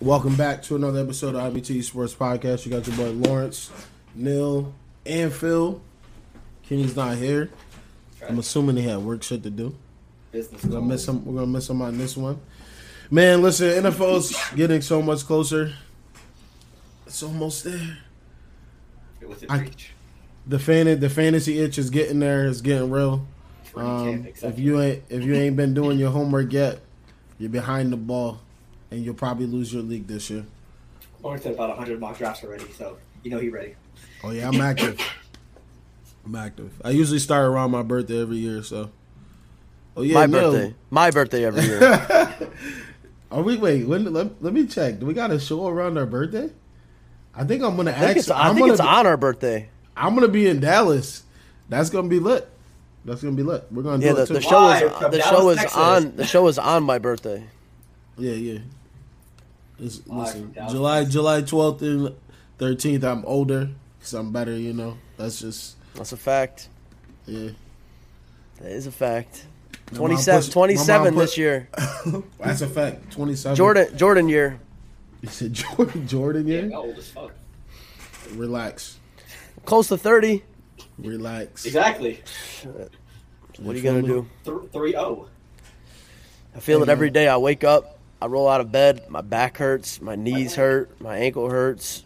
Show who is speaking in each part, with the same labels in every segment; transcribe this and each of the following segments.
Speaker 1: Welcome back to another episode of IBT Sports Podcast. You got your boy Lawrence, Neil, and Phil. Kenny's not here. I'm assuming he had work shit to do.
Speaker 2: Business
Speaker 1: We're gonna miss
Speaker 2: goals.
Speaker 1: him. We're gonna miss him on this one. Man, listen, NFL's getting so much closer. It's almost there.
Speaker 2: Within
Speaker 1: I-
Speaker 2: reach.
Speaker 1: The fan, the fantasy itch is getting there. It's getting real.
Speaker 2: Free
Speaker 1: Um,
Speaker 2: kick,
Speaker 1: if
Speaker 2: exactly.
Speaker 1: you ain't if you ain't been doing your homework yet, you're behind the ball, and you'll probably lose your league this year.
Speaker 2: Lawrence did about 100 mock drafts already, so you know he ready.
Speaker 1: Oh yeah, I'm active. I'm active. I usually start around my birthday every year. So, oh yeah,
Speaker 3: my
Speaker 1: Neil.
Speaker 3: birthday. My birthday every year.
Speaker 1: Are we wait? When, let, let me check. Do we got a show around our birthday? I think I'm gonna
Speaker 3: I think it's,
Speaker 1: actually.
Speaker 3: I
Speaker 1: I'm
Speaker 3: think
Speaker 1: gonna.
Speaker 3: it's
Speaker 1: be-
Speaker 3: on our birthday.
Speaker 1: I'm gonna be in Dallas. That's gonna be lit. That's gonna be lit. We're gonna do
Speaker 3: Yeah,
Speaker 1: it
Speaker 3: the,
Speaker 1: too.
Speaker 3: the show is
Speaker 2: Live from
Speaker 3: the show
Speaker 2: Dallas,
Speaker 3: is
Speaker 2: Texas.
Speaker 3: on the show is on my birthday.
Speaker 1: yeah, yeah. It's,
Speaker 2: Live
Speaker 1: listen,
Speaker 2: from Dallas.
Speaker 1: July July 12th and 13th. I'm older because I'm better. You know, that's just
Speaker 3: That's a fact.
Speaker 1: yeah.
Speaker 3: That is a fact.
Speaker 1: My mom
Speaker 3: 27,
Speaker 1: pushed- my mom
Speaker 3: 27
Speaker 1: pushed-
Speaker 3: this year.
Speaker 1: That's a fact. 27.
Speaker 3: Jordan Jordan year.
Speaker 1: You said Jordan. Jordan.
Speaker 2: Yeah,
Speaker 1: Yeah.
Speaker 2: y'all old as fuck.
Speaker 1: Relax.
Speaker 3: Close to 30.
Speaker 1: Relax.
Speaker 2: Exactly.
Speaker 3: What are you going to do?
Speaker 2: 3 0.
Speaker 3: I feel it
Speaker 1: Amen.
Speaker 3: every day. I wake up, I roll out of bed, my back hurts, my knees hurt, my ankle hurts,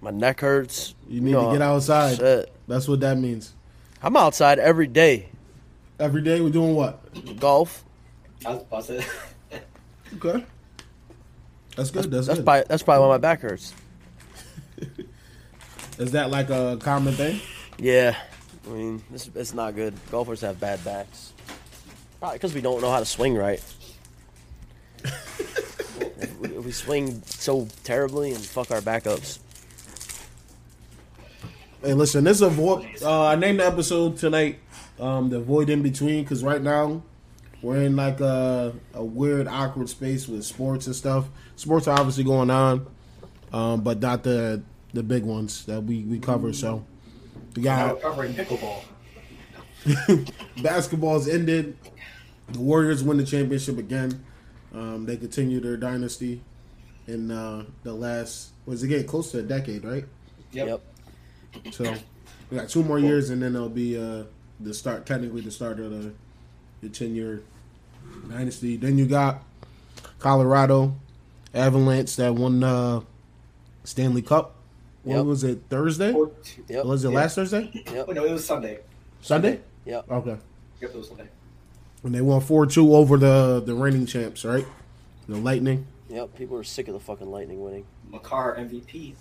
Speaker 3: my neck hurts.
Speaker 1: You need to get outside.
Speaker 3: Shit.
Speaker 1: That's what that means.
Speaker 3: I'm outside every day.
Speaker 1: Every day we're doing what?
Speaker 3: Golf.
Speaker 2: I was about to say.
Speaker 1: Okay. That's good. That's,
Speaker 3: That's
Speaker 1: good.
Speaker 3: probably that's probably why my back hurts.
Speaker 1: Is that like a common thing?
Speaker 3: Yeah, I mean, it's, it's not good. Golfers have bad backs. Probably because we don't know how to swing right. If we, if we swing so terribly and fuck our backups.
Speaker 1: Hey, listen, this is a void. Uh, I named the episode tonight um, "The Void in Between" because right now we're in like a, a weird, awkward space with sports and stuff. Sports are obviously going on, um, but not the the big ones that we we cover. So we
Speaker 2: Now we're
Speaker 1: got
Speaker 2: covering pickleball.
Speaker 1: basketball's ended. The Warriors win the championship again. Um, they continue their dynasty in uh, the last was it getting close to a decade, right?
Speaker 2: Yep.
Speaker 3: Yep.
Speaker 1: So we got two more years, and then there'll be uh, the start, technically the start of the, the ten-year dynasty. Then you got Colorado Avalanche that won uh, Stanley Cup. What
Speaker 3: Yep.
Speaker 1: was it Thursday?
Speaker 2: Or two.
Speaker 3: Yep.
Speaker 1: was it
Speaker 2: Yeah.
Speaker 1: last Thursday?
Speaker 2: Oh, no, it was Sunday.
Speaker 1: Sunday?
Speaker 3: Yep.
Speaker 1: Okay.
Speaker 2: Yep, it was Sunday.
Speaker 1: And they won four-two over the the reigning champs, right? The Lightning.
Speaker 3: Yep. People are sick of the fucking Lightning winning.
Speaker 2: Makar MVP.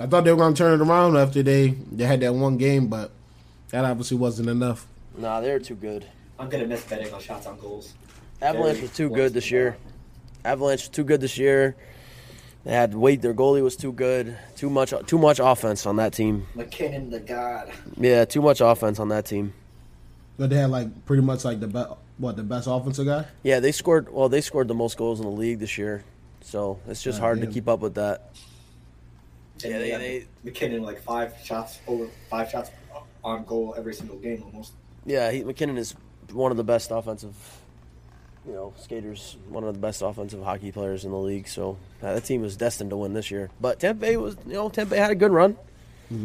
Speaker 1: I thought they were going to turn it around after they they had that one game, but that obviously wasn't enough.
Speaker 3: Nah, they're too good.
Speaker 2: I'm going to miss betting on shots on goals.
Speaker 3: Avalanche
Speaker 2: Very
Speaker 3: was too
Speaker 2: close
Speaker 3: good
Speaker 2: to
Speaker 3: this
Speaker 2: that.
Speaker 3: year. Avalanche was too good this year. They had weight. Their goalie was too good. Too much. Too much offense on that team.
Speaker 2: McKinnon, the god.
Speaker 3: Yeah, too much offense on that team.
Speaker 1: But they had like pretty much like the best what the best offensive guy.
Speaker 3: Yeah, they scored. Well, they scored the most goals in the league this year, so it's just
Speaker 1: God
Speaker 3: hard
Speaker 1: damn.
Speaker 3: to keep up with that.
Speaker 2: And
Speaker 3: Yeah,
Speaker 2: they,
Speaker 3: they-
Speaker 2: had McKinnon like five shots over five shots on goal every single game almost.
Speaker 3: Yeah, he, McKinnon is one of the best offensive, you know, skaters. One of the best offensive hockey players in the league. So uh, that team was destined to win this year. But Tampa Bay was, you know, Tampa Bay had a good run.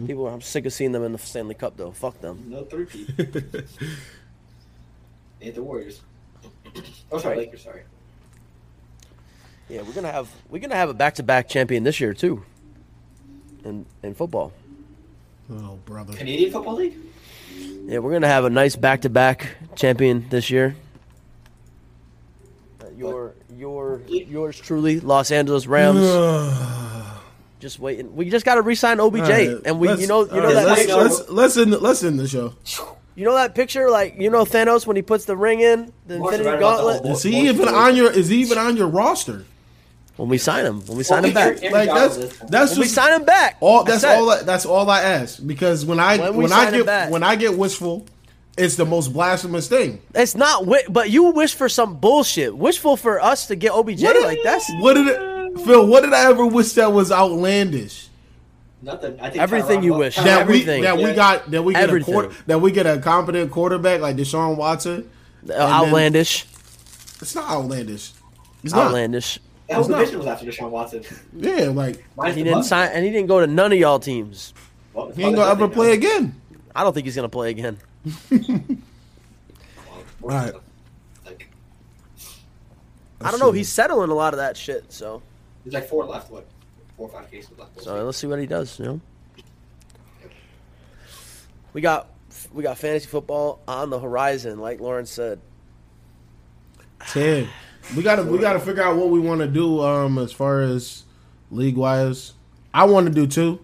Speaker 3: People, I'm sick of seeing them in the Stanley Cup though. Fuck them.
Speaker 2: No three P. and the Warriors. Oh, sorry, Lakers. Sorry.
Speaker 3: Yeah, we're gonna have we're gonna have a back to back champion this year too. In in football,
Speaker 1: Oh brother.
Speaker 2: Canadian Football League.
Speaker 3: yeah, we're gonna have a nice back to back champion this year. Uh, Your your yours truly, Los Angeles Rams. just waiting. We just got to re-sign OBJ,
Speaker 1: Alright,
Speaker 3: and we,
Speaker 1: let's-
Speaker 3: you know, you know
Speaker 1: alright,
Speaker 3: that,
Speaker 1: let's,
Speaker 3: picture,
Speaker 2: picture-
Speaker 1: let's, let's, end, let's end the show.
Speaker 3: you know that picture, like you know Thanos when he puts the ring in the
Speaker 2: Mark's
Speaker 3: Infinity
Speaker 2: right about the
Speaker 3: Gauntlet.
Speaker 2: whole-
Speaker 1: Is he even on your? Is he even on your roster?
Speaker 3: When we sign him, when we sign
Speaker 2: Well,
Speaker 3: him back,
Speaker 2: we-
Speaker 3: when
Speaker 1: Like that's that's
Speaker 3: we
Speaker 1: just
Speaker 3: sign him back.
Speaker 1: all. That's
Speaker 3: it.
Speaker 1: all. I- That's all I ask because when I
Speaker 3: When
Speaker 1: when,
Speaker 3: we
Speaker 1: I
Speaker 3: sign him
Speaker 1: get
Speaker 3: back.
Speaker 1: when I get wishful, it's the most blasphemous thing.
Speaker 3: It's not, wi- but you wish for some bullshit. Wishful for us to get OBJ,
Speaker 1: did-
Speaker 3: like that's
Speaker 1: what did it, Phil? What did I ever wish that was outlandish?
Speaker 2: Nothing. I think
Speaker 3: Everything
Speaker 2: Tyron
Speaker 3: you
Speaker 2: Lue-
Speaker 3: wish.
Speaker 2: Tyron
Speaker 1: that
Speaker 3: Everything.
Speaker 1: we that we
Speaker 2: Yeah.
Speaker 1: got that we get
Speaker 3: Everything.
Speaker 1: a quarter, that we get a competent quarterback like Deshaun Watson.
Speaker 3: outlandish,
Speaker 1: It's not outlandish. It's not.
Speaker 3: outlandish.
Speaker 2: That whole division was after Deshaun Watson.
Speaker 1: Yeah, like
Speaker 2: Minus
Speaker 3: He
Speaker 2: the
Speaker 3: didn't
Speaker 2: Bucks.
Speaker 3: sign, and he didn't go to none of y'all teams.
Speaker 2: Well, the
Speaker 1: he ain't
Speaker 2: Bucks
Speaker 1: gonna
Speaker 2: nothing
Speaker 1: ever
Speaker 2: now.
Speaker 1: play again.
Speaker 3: I don't think he's gonna play again.
Speaker 2: All
Speaker 1: right.
Speaker 2: Like,
Speaker 3: I don't know. He's settling a lot of that shit. So,
Speaker 2: there's like four left. What? Four or five cases left.
Speaker 3: so let's see what he does. You know, we got we got fantasy football on the horizon, like Lauren said.
Speaker 1: ten. We gotta we gotta figure out what we want to do. Um, as far as league wise, I want to do two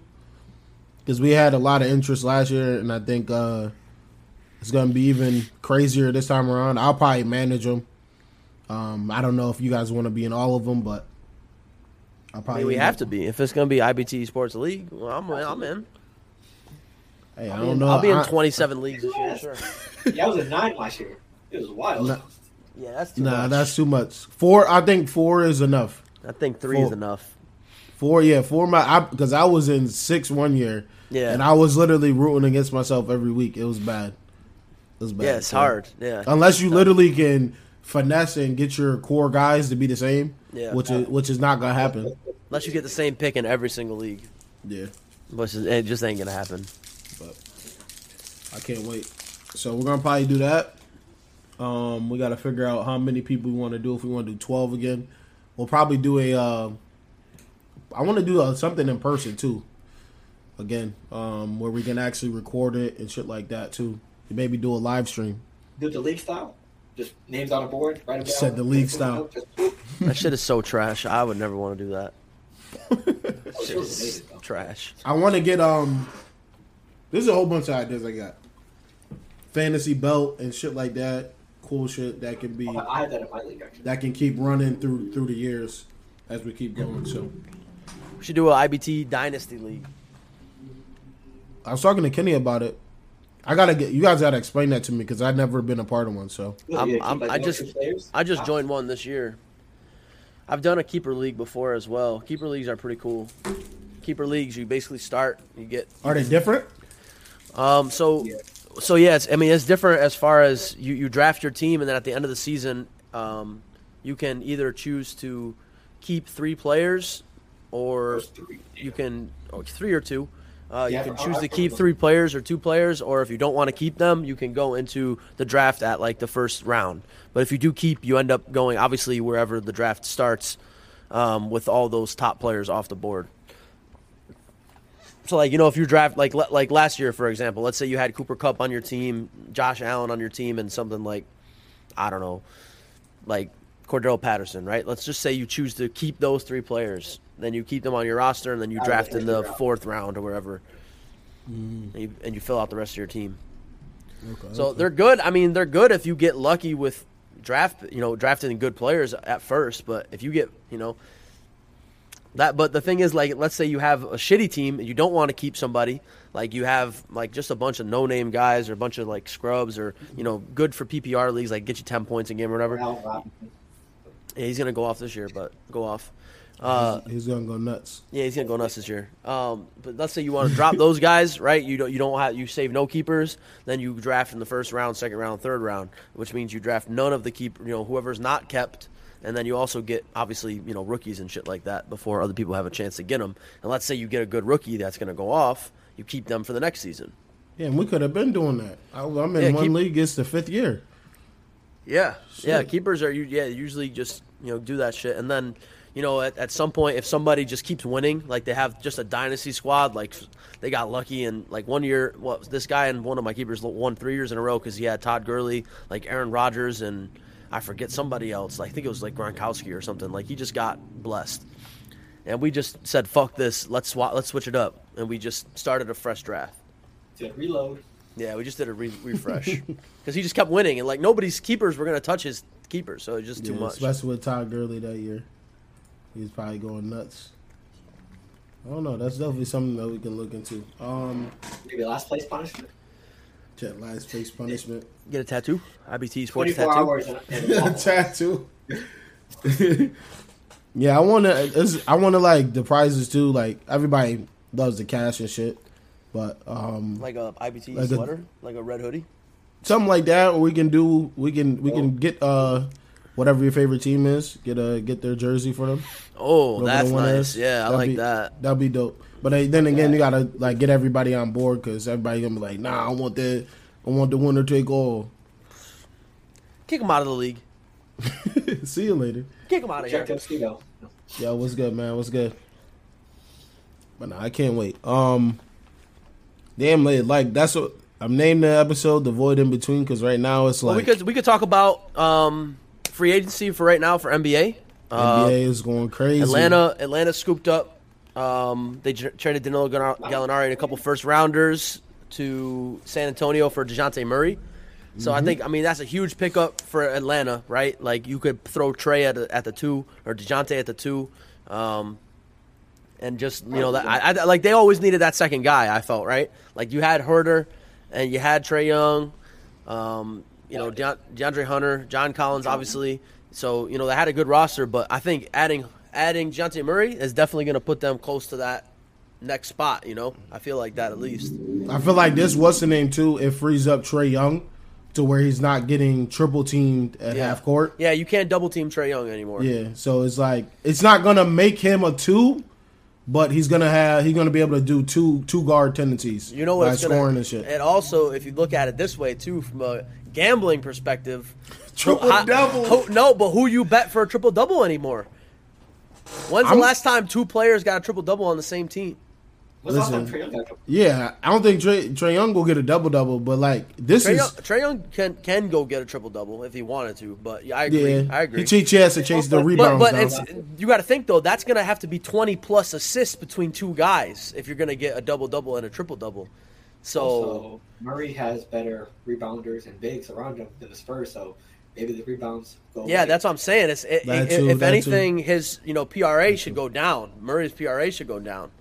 Speaker 1: because we had a lot of interest last year, and I think uh, it's gonna be even crazier this time around. I'll probably manage them. Um, I don't know if you guys want to be in all of them, but I'll
Speaker 3: I
Speaker 1: probably
Speaker 3: mean, we have to be if it's gonna be IBT Sports League. Well, I'm I'm in.
Speaker 1: Hey, I
Speaker 3: I'll be
Speaker 1: don't
Speaker 3: in-
Speaker 1: know.
Speaker 3: I'll be in
Speaker 1: I-
Speaker 3: 27 leagues this year. Sure.
Speaker 2: yeah, I was at nine last year. It was wild.
Speaker 1: No.
Speaker 3: Yeah, that's too
Speaker 1: Nah,
Speaker 3: much.
Speaker 1: that's too much. Four, I think four is enough.
Speaker 3: I think three is
Speaker 1: Four.
Speaker 3: enough.
Speaker 1: Four, yeah, four. My because I, was in six one year,
Speaker 3: Yeah.
Speaker 1: and I was literally rooting against myself every week. It was bad. It was bad.
Speaker 3: Yeah, it's
Speaker 1: So,
Speaker 3: hard. Yeah,
Speaker 1: Unless you literally can finesse and get your core guys to be the same,
Speaker 3: Yeah.
Speaker 1: which is which is not gonna happen.
Speaker 3: unless you get the same pick in every single league,
Speaker 1: Yeah,
Speaker 3: which is it just ain't gonna happen.
Speaker 1: but I can't wait. So we're gonna probably do that. Um, we got to figure out how many people we want to do. If we want to do twelve again, we'll probably do a. Uh, I want to do uh something in person too. Again, um, where we can actually record it and shit like that too. Maybe do a live stream.
Speaker 2: Did the league style? Just names on a board. Right. Oh,
Speaker 1: Said the league style.
Speaker 3: That shit is so trash. I would never want to do that. Shit is
Speaker 2: Amazing,
Speaker 3: trash.
Speaker 1: I want to get um. There's a whole bunch of ideas I got. Fantasy belt and shit like that. Cool shit that can be
Speaker 2: I had that in my league actually.
Speaker 1: that can keep running through through the years as we keep going. So.
Speaker 3: We should do a IBT Dynasty League.
Speaker 1: I was talking to Kenny about it. I gotta get you guys gotta explain that to me because I've never been a part of one. So
Speaker 2: Yeah,
Speaker 3: I'm-
Speaker 2: keep,
Speaker 3: I'm-
Speaker 2: like,
Speaker 3: I
Speaker 2: one or
Speaker 3: just-
Speaker 2: two players.
Speaker 3: I just
Speaker 2: Wow.
Speaker 3: joined one this year. I've done a keeper league before as well. Keeper leagues are pretty cool. Keeper leagues, you basically start, you get
Speaker 1: are they different?
Speaker 3: Um, so,
Speaker 2: Yeah.
Speaker 3: so yes, I mean it's different as far as you, you draft your team, and then at the end of the season, um, you can either choose to keep three players, or
Speaker 2: Those three.
Speaker 3: you can or three or two. Uh,
Speaker 2: Yeah,
Speaker 3: you can
Speaker 2: I-
Speaker 3: choose
Speaker 2: I-
Speaker 3: to
Speaker 2: I
Speaker 3: keep
Speaker 2: remember.
Speaker 3: three players or two players, or if you don't want to keep them, you can go into the draft at like the first round. But if you do keep, you end up going obviously wherever the draft starts um, with all those top players off the board. So like you know if you draft like le- like last year for example, let's say you had Cooper Cup on your team, Josh Allen on your team, and something like I don't know, like Cordell Patterson, right? Let's just say you choose to keep those three players, then you keep them on your roster, and then you
Speaker 2: Out of the
Speaker 3: draft in
Speaker 2: first
Speaker 3: the
Speaker 2: round.
Speaker 3: fourth round or wherever, and, you, and you fill out the rest of your team.
Speaker 1: Okay.
Speaker 3: So they're good. I mean, they're good if you get lucky with draft, you know, drafting good players at first. But if you get, you know, that. But the thing is, like, let's say you have a shitty team and you don't want to keep somebody. Like you have like just a bunch of no-name guys or a bunch of like scrubs or you know good for PPR leagues like get you ten points a game or whatever.
Speaker 2: Now, uh,
Speaker 3: Yeah, he's gonna go off this year, but go off. Uh,
Speaker 1: he's gonna go nuts.
Speaker 3: yeah, he's gonna go nuts this year. Um, but let's say you want to drop those guys, right? You don't you don't have you save no keepers, then you draft in the first round, second round, third round, which means you draft none of the keep you know whoever's not kept, and then you also get obviously you know rookies and shit like that before other people have a chance to get them. And let's say you get a good rookie that's gonna go off, you keep them for the next season.
Speaker 1: Yeah, and we could have been doing that. I, I'm in
Speaker 3: Yeah,
Speaker 1: one
Speaker 3: keep-
Speaker 1: league. It's the fifth year.
Speaker 3: Yeah, yeah.
Speaker 1: Shit.
Speaker 3: Keepers are u- yeah usually just you know do that shit, and then you know at, at some point if somebody just keeps winning, like they have just a dynasty squad, like they got lucky and like one year, what this guy and one of my keepers won three years in a row because he had Todd Gurley, like Aaron Rodgers, and I forget somebody else. Like, I think it was like Gronkowski or something. Like he just got blessed, and we just said fuck this, let's swa- let's switch it up, and we just started a fresh draft.
Speaker 2: to reload.
Speaker 3: Yeah, we just did a re- refresh because he just kept winning, and like nobody's keepers were gonna touch his keepers, so it's just too
Speaker 1: Yeah,
Speaker 3: much.
Speaker 1: especially with Todd Gurley that year. He's probably going nuts. I don't know. That's definitely something that we can look into. Um,
Speaker 2: Maybe last place punishment.
Speaker 1: jet lies face punishment
Speaker 3: Get a tattoo, IBT Sports
Speaker 2: Twenty-four
Speaker 3: tattoo.
Speaker 2: hours and, and a waffle.
Speaker 1: tattoo. yeah, I want to. I want to like the prizes too. Like everybody loves the cash and shit, but um,
Speaker 3: Like a IBT
Speaker 1: Like a-
Speaker 3: sweater, like a red hoodie.
Speaker 1: something like that, or we can do we can we can get uh whatever your favorite team is, get a get their jersey for them.
Speaker 3: Oh,
Speaker 1: whatever
Speaker 3: that's
Speaker 1: the one
Speaker 3: nice.
Speaker 1: is.
Speaker 3: Yeah, I
Speaker 1: That'd
Speaker 3: like
Speaker 1: be-
Speaker 3: that.
Speaker 1: That'd be dope. But uh, then again, you gotta like get everybody on board because everybody gonna be like, nah, I want the I want the winner take all.
Speaker 3: Kick him out of the league.
Speaker 1: See you later.
Speaker 3: Kick him out of here.
Speaker 2: Objective Stego.
Speaker 1: Yo, what's good, man? What's good? But nah, I can't wait. Um, damn, like, like that's what I'm naming the episode "The Void in Between" because right now it's
Speaker 3: Well,
Speaker 1: like
Speaker 3: we could we could talk about um, free agency for right now for NBA. Uh,
Speaker 1: NBA is going crazy.
Speaker 3: Atlanta Atlanta scooped up. Um, they j- traded Danilo Gal- Gallinari and a couple first rounders to San Antonio for Dejounte Murray. So I think I mean that's a huge pickup for Atlanta, right? Like you could throw Trey at the, at the two or Dejounte at the two, um, and just you know that I, I like they always needed that second guy. I felt right. Like you had Herder, and you had Trey Young. Um, you know, Deon- DeAndre Hunter, John Collins, obviously. So you know they had a good roster, but I think adding adding Jonte Murray is definitely going to put them close to that next spot. You know, I feel like that at least.
Speaker 1: I feel like this what's the name too. It frees up Trey Young to where he's not getting triple teamed at
Speaker 3: Yeah.
Speaker 1: half court.
Speaker 3: Yeah, you can't double team Trey Young anymore.
Speaker 1: Yeah, so it's like it's not gonna make him a two, but he's gonna have he's gonna be able to do two two guard tendencies.
Speaker 3: You know what?
Speaker 1: by
Speaker 3: it's
Speaker 1: scoring
Speaker 3: gonna,
Speaker 1: and shit.
Speaker 3: also, if you look at it this way too, from a gambling perspective,
Speaker 1: Triple
Speaker 3: who- how-
Speaker 1: double.
Speaker 3: who- no, but who you bet for a triple double anymore? When's
Speaker 1: I'm-
Speaker 3: the last time two peyers got a triple double on the same team?
Speaker 2: What's last time
Speaker 1: Listen.
Speaker 2: Trae Young got a couple?
Speaker 1: Yeah, I don't think Trey Trey Young will get a double double, but like this
Speaker 3: Trey
Speaker 1: is
Speaker 3: Young, Trae Young can can go get a triple double if he wanted to, but yeah, I agree.
Speaker 1: yeah.
Speaker 3: I agree.
Speaker 1: He cheat has to chase the
Speaker 2: But-
Speaker 1: rebounds.
Speaker 3: but but
Speaker 1: now.
Speaker 3: it's you got to think though that's gonna have to be twenty plus assists between two guys if you're gonna get a double double and a triple double. So
Speaker 2: Also, Murray has better rebounders and bigs around him than the Spurs, so maybe the rebounds go.
Speaker 3: yeah,
Speaker 2: away.
Speaker 3: that's what I'm saying. It's, it,
Speaker 1: That
Speaker 3: it-
Speaker 1: too,
Speaker 3: if
Speaker 1: that too.
Speaker 3: anything, his you know PRA should go down. Murray's PRA should go down.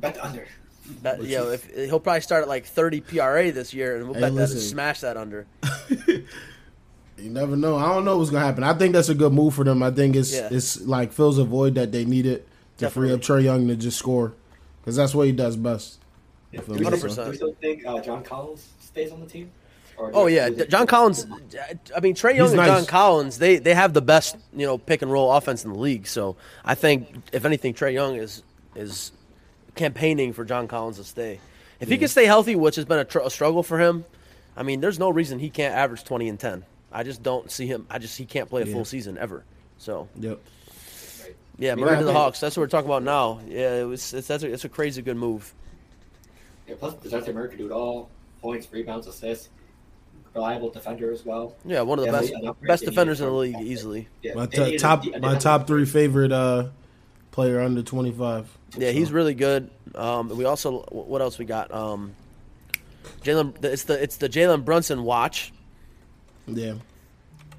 Speaker 2: bet the under.
Speaker 3: That, you know, if, he'll probably start at like 30 PRA this year, and we'll
Speaker 1: Hey,
Speaker 3: bet that
Speaker 1: listen.
Speaker 3: smash that under.
Speaker 1: You never know. I don't know what's gonna happen. I think that's a good move for them. I think it's
Speaker 3: Yeah.
Speaker 1: it's like fills a void that they needed to free up Trey
Speaker 3: Definitely.
Speaker 1: Young to just score because that's what he does best. I feel
Speaker 2: Do
Speaker 1: me,
Speaker 2: we
Speaker 1: so.
Speaker 2: still-
Speaker 3: 100%.
Speaker 2: do we still think uh, John Collins stays on the team? Or do
Speaker 3: Oh
Speaker 2: we-
Speaker 3: yeah,
Speaker 2: do we-
Speaker 3: John Collins. I mean, Trey Young
Speaker 1: He's
Speaker 3: and
Speaker 1: nice.
Speaker 3: John Collins. They they have the best you know pick and roll offense in the league. So I think if anything, Trey Young is is campaigning for John Collins to stay. If he can stay healthy, which has been a, tr- a struggle for him, I mean, there's no reason he can't average 20 and 10. I just don't see him. I just he can't play a
Speaker 1: Yeah.
Speaker 3: full season ever. So
Speaker 1: Yep.
Speaker 3: yeah,
Speaker 1: Yeah,
Speaker 3: Murray
Speaker 1: I
Speaker 3: to the
Speaker 1: think-
Speaker 3: Hawks. That's what we're talking about now. Yeah, it was. It's that's a, it's a crazy good move.
Speaker 2: Yeah, plus, Dejounte Murray can do it all: points, rebounds, assists. Reliable defender as well.
Speaker 3: Yeah, one of the
Speaker 2: Yeah,
Speaker 3: best
Speaker 2: they-
Speaker 3: best defenders in the league easily.
Speaker 2: Yeah,
Speaker 1: My
Speaker 2: and
Speaker 1: to-
Speaker 2: he's a-
Speaker 1: top
Speaker 2: and
Speaker 1: my
Speaker 2: he's a-
Speaker 1: top three favorite uh, player under twenty five.
Speaker 3: Yeah, he's really good. Um, we also wh- what else we got? Um, Jalen, the- it's the it's the Jalen Brunson watch.
Speaker 1: yeah.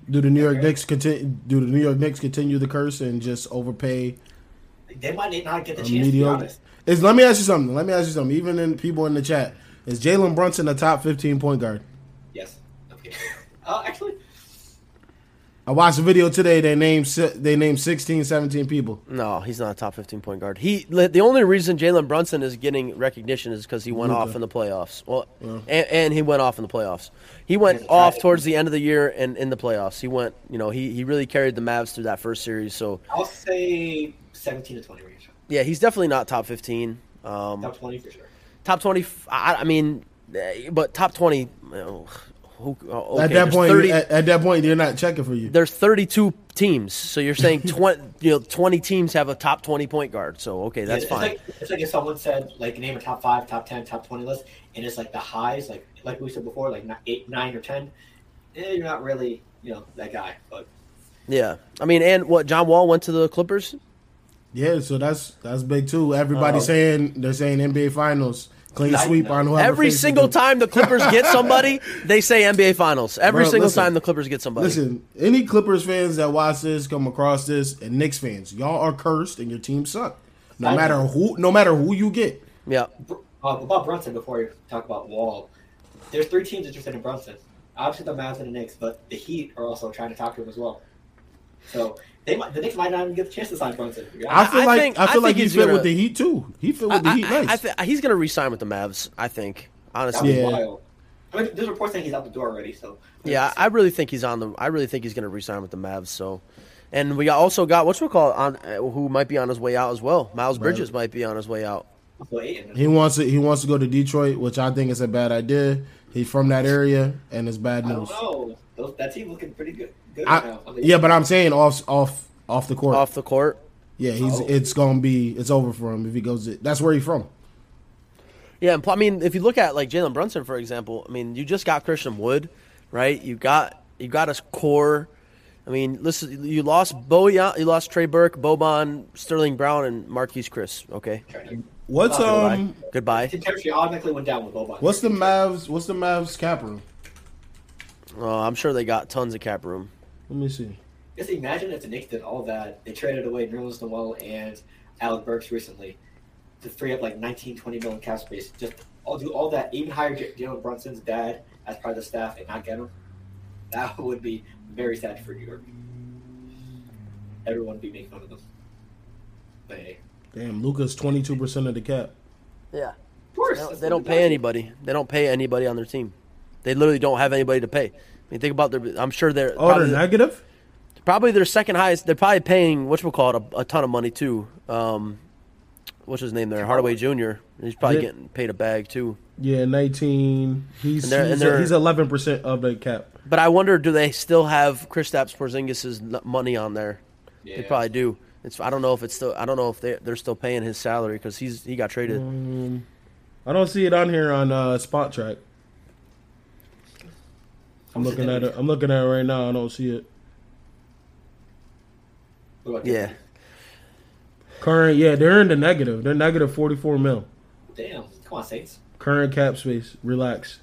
Speaker 1: Do the New York Knicks continue? Do the New York Knicks continue the curse and just overpay
Speaker 2: They might not get the
Speaker 1: a
Speaker 2: chance. To be
Speaker 1: mediocre?
Speaker 2: honest.
Speaker 1: Is let me ask you something. Let me ask you something. Even in people in the chat, is Jalen Brunson a top fifteen point guard?
Speaker 2: Yes. Okay. Uh, actually,
Speaker 1: I watched a video today. They named si- they named 16, 17 people.
Speaker 3: No, he's not a top fifteen point guard. He li- the only reason Jalen Brunson is getting recognition is because he went off in the playoffs. Well, and, and he went off in the playoffs. He went
Speaker 2: He's a
Speaker 3: off
Speaker 2: tragic-
Speaker 3: towards the end of the year and in the playoffs. He went, you know, he he really carried the Mavs through that first series. So
Speaker 2: I'll say 17 to 20 range.
Speaker 3: yeah, he's definitely not top fifteen. Um,
Speaker 2: Top 20 for sure.
Speaker 3: top 20 f- I, I mean eh, but top 20 you know, who, oh, okay,
Speaker 1: at that
Speaker 3: there's
Speaker 1: point,
Speaker 3: 30
Speaker 1: at, at that point, they're not checking for you.
Speaker 3: there's 32 teams so you're saying 20 you know 20 teams have a top 20 point guard so okay that's
Speaker 2: it's
Speaker 3: fine
Speaker 2: Like, it's like if someone said, like, name a top five, top 10, top 20 list, and it's like the highs, like like we said before, like ni- eight, nine, or 10. Eh, you're not really, you know, that guy. But
Speaker 3: yeah i mean and what john wall went to the clippers
Speaker 1: Yeah, so that's that's big too. Everybody
Speaker 3: Oh.
Speaker 1: saying they're saying NBA Finals clean
Speaker 2: Like,
Speaker 1: sweep on whoever.
Speaker 3: every
Speaker 1: faces
Speaker 3: single
Speaker 1: them.
Speaker 3: time the clippers get somebody they say nba finals every
Speaker 1: Bro,
Speaker 3: single
Speaker 1: listen.
Speaker 3: time the clippers get somebody
Speaker 1: Listen, any Clippers fans that watch this come across this, and Knicks fans, y'all are cursed and your team suck. No
Speaker 2: I-
Speaker 1: matter who, no matter who you get,
Speaker 3: yeah
Speaker 2: Br- uh, about Brunson, before you talk about Wall, there's three teams interested in Brunson. Obviously, the Mavs and the Knicks, but the Heat are also trying to talk to him as well. So they might, the Knicks might not even get the chance to sign Brunson. to be
Speaker 1: I
Speaker 2: honest.
Speaker 1: feel
Speaker 3: I
Speaker 1: like
Speaker 3: think-
Speaker 1: I
Speaker 3: I
Speaker 1: feel like
Speaker 3: think
Speaker 1: he
Speaker 3: he's
Speaker 1: fit
Speaker 3: gonna-
Speaker 1: with the Heat too. He fit with the
Speaker 3: I-
Speaker 1: Heat
Speaker 3: I- I
Speaker 1: nice.
Speaker 3: thi- he's gonna resign with the mavs i think
Speaker 2: That was
Speaker 3: honestly
Speaker 1: Yeah.
Speaker 2: wild. I mean, there's reports saying he's out the door already. So
Speaker 3: Yeah, I really think he's on the. I really think he's going to resign with the Mavs. So, and we also got what's we call on uh, who might be on his way out as well. Miles Bridges might be on his way out.
Speaker 2: So Aiden,
Speaker 1: He wants to, he wants to go to Detroit, which I think is a bad idea. He's from that area, and it's bad
Speaker 2: I don't
Speaker 1: news.
Speaker 2: know. Those, that team looking pretty good. good
Speaker 1: I-
Speaker 2: now. I mean,
Speaker 1: yeah, but I'm saying off off off the court.
Speaker 3: Off the court.
Speaker 1: yeah, he's
Speaker 2: Oh.
Speaker 1: it's gonna be it's over for him if he goes. To, that's where he's from.
Speaker 3: Yeah, and pl- I mean, if you look at like Jalen Brunson, for example, I mean, you just got Christian Wood, right? You got you got a core. I mean, listen, you lost Boyan, you lost Trey Burke, Boban, Sterling Brown, and Marquise Chris. Okay,
Speaker 1: What's
Speaker 2: Goodbye.
Speaker 1: um
Speaker 3: goodbye.
Speaker 2: Tim Terry automatically went down with Boban.
Speaker 1: what's the Mavs what's the Mavs cap room?
Speaker 3: Uh, I'm sure they got tons of cap room.
Speaker 1: Let me see.
Speaker 2: Just imagine if the Knicks did all that. They traded away Nerlens Noel and Alec Burks recently to free up like 19, 20 million cap space. Just all do all that, even hire J- Jalen Brunson's dad as part of the staff and not get him. That would be very sad for New York. Everyone would be making fun of them. But hey,
Speaker 1: Damn, Luca's twenty two percent of the cap.
Speaker 3: Yeah,
Speaker 2: of course. that's
Speaker 3: they don't,
Speaker 2: what
Speaker 3: they don't
Speaker 2: the
Speaker 3: pay
Speaker 2: Dodgers-
Speaker 3: anybody. They don't pay anybody on their team. They literally don't have anybody to pay. I mean, think about their. I'm sure they're
Speaker 1: Oh, they're
Speaker 3: probably,
Speaker 1: negative.
Speaker 3: probably their second highest. They're probably paying what call it a, a ton of money too. Um, what's his name there? Hardaway Jr. He's probably
Speaker 1: They-
Speaker 3: getting paid a bag too.
Speaker 1: Yeah, nineteen. He's
Speaker 3: And they're- and
Speaker 1: he's-
Speaker 3: they're-
Speaker 1: he's eleven percent of the cap.
Speaker 3: But I wonder, do they still have Kristaps Porzingis's n- money on there?
Speaker 2: Yeah.
Speaker 3: They probably do. It's I don't know if it's still I don't know if they they're still paying his salary because he's he got traded.
Speaker 1: Um, I don't see it on here on uh, Spot Track. I'm looking at it. I'm looking at it right now. I don't see it.
Speaker 2: What about
Speaker 3: Yeah,
Speaker 1: Current, yeah, they're in the negative. They're negative 44 mil.
Speaker 2: Damn. Come on, Saints.
Speaker 1: Current cap space. Relax.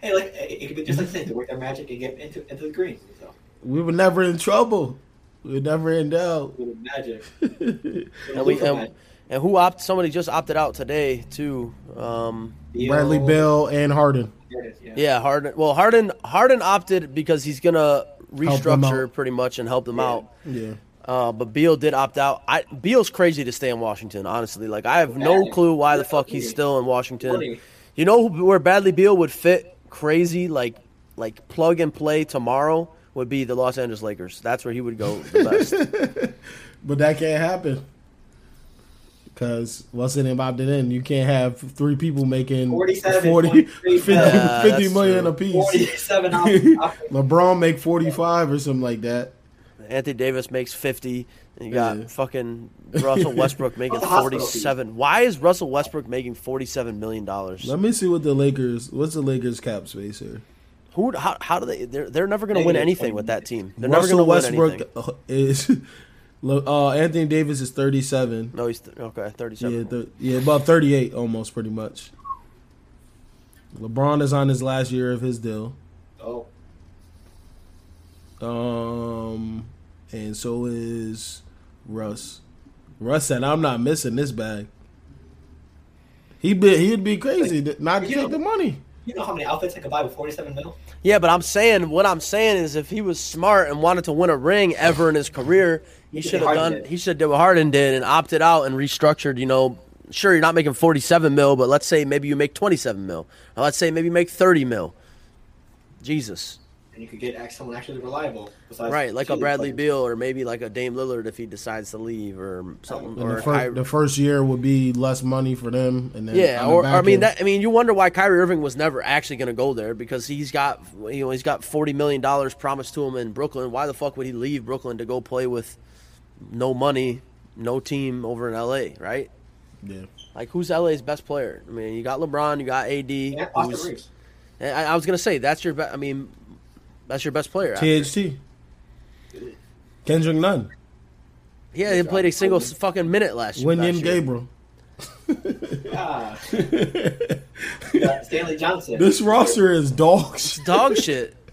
Speaker 2: Hey, like it it could be just like Saints. They work their magic and get into into the green. So
Speaker 1: We were never in trouble. We were never in doubt.
Speaker 2: with magic.
Speaker 3: and we and, and who opt somebody just opted out today too. Um,
Speaker 1: Bradley Bill and Harden.
Speaker 3: yeah, Harden. Well, Harden Harden opted because he's gonna
Speaker 1: them out.
Speaker 3: restructure pretty much and help them
Speaker 2: Yeah.
Speaker 3: out.
Speaker 1: Yeah.
Speaker 3: Uh, but Beal did opt out. I, Beal's crazy to stay in Washington. Honestly, like I have no
Speaker 2: Yeah.
Speaker 3: clue why the
Speaker 2: Yeah,
Speaker 3: fuck he's
Speaker 2: money.
Speaker 3: still in Washington.
Speaker 2: Money.
Speaker 3: You know who- where Bradley Beal would fit? Crazy, like like plug and play tomorrow would be the Los Angeles Lakers. That's where he would go the best.
Speaker 1: But that can't happen. Because what's it about it in? You can't have three people making
Speaker 2: 47,
Speaker 1: 40,
Speaker 2: 43,
Speaker 1: 50,
Speaker 3: Yeah,
Speaker 1: 50
Speaker 3: that's
Speaker 1: million
Speaker 3: true.
Speaker 1: apiece.
Speaker 2: Forty-seven.
Speaker 1: LeBron make 45 or something like that.
Speaker 3: Anthony Davis makes fifty. And you got
Speaker 1: Yeah.
Speaker 3: fucking Russell Westbrook making
Speaker 2: the hospital fee.
Speaker 3: forty-seven. Why is Russell Westbrook making forty-seven million dollars?
Speaker 1: Let me see what the Lakers. What's the Lakers cap space here?
Speaker 3: Who? How, how do they? They're, they're never going to win
Speaker 2: Negative
Speaker 3: anything
Speaker 2: 20.
Speaker 3: with that team. They're
Speaker 1: Russell
Speaker 3: never going to win
Speaker 1: Westbrook
Speaker 3: anything.
Speaker 1: uh, is. Uh, Anthony Davis is 37.
Speaker 3: No, he's th- okay.
Speaker 1: Yeah,
Speaker 3: Thirty-seven.
Speaker 1: th- yeah, about 38 almost, pretty much. LeBron is on his last year of his deal.
Speaker 2: Oh,
Speaker 1: Um, and so is Russ. Russ said, I'm not missing this bag. He be, he'd be crazy to not to take the money.
Speaker 2: you know how many outfits I could buy with forty-seven mil?
Speaker 3: Yeah, but I'm saying what I'm saying is if he was smart and wanted to win a ring ever in his career, he
Speaker 2: did
Speaker 3: should have
Speaker 2: what
Speaker 3: done
Speaker 2: Harden did.
Speaker 3: he should have did what Harden did and opted out and restructured, you know. Sure, you're not making 47 mil, but let's say maybe you make 27 mil. Or let's say maybe you make 30 mil. Jesus.
Speaker 2: And you could get act- someone actually reliable. Besides
Speaker 3: Right, like a
Speaker 2: Keely
Speaker 3: Bradley
Speaker 2: players.
Speaker 3: Beal or maybe like a Dame Lillard if he decides to leave or something
Speaker 1: And
Speaker 3: or
Speaker 1: the,
Speaker 3: a
Speaker 1: fir-
Speaker 3: Kyrie.
Speaker 1: the first year would be less money for them. And then
Speaker 3: Yeah,
Speaker 1: on the
Speaker 3: or, or I
Speaker 1: back
Speaker 3: mean
Speaker 1: end-
Speaker 3: that. I mean, you wonder why Kyrie Irving was never actually going to go there because he's got you know he's got forty million dollars promised to him in Brooklyn. Why the fuck would he leave Brooklyn to go play with no money, no team over in L.A. Right?
Speaker 1: Yeah.
Speaker 3: Like, who's L.A.'s best player? I mean, you got LeBron, you got A.D.
Speaker 2: Yeah, Austin
Speaker 3: who's-
Speaker 2: Reeves.
Speaker 3: I, I was going to say that's your. Be- I mean, that's your best player.
Speaker 1: THT. Kendrick Nunn.
Speaker 3: He hasn't played a single s- fucking minute last, last
Speaker 1: William
Speaker 3: year.
Speaker 1: Gabriel.
Speaker 2: Ah, you got Stanley Johnson.
Speaker 1: This roster is dogs.
Speaker 3: Dog shit.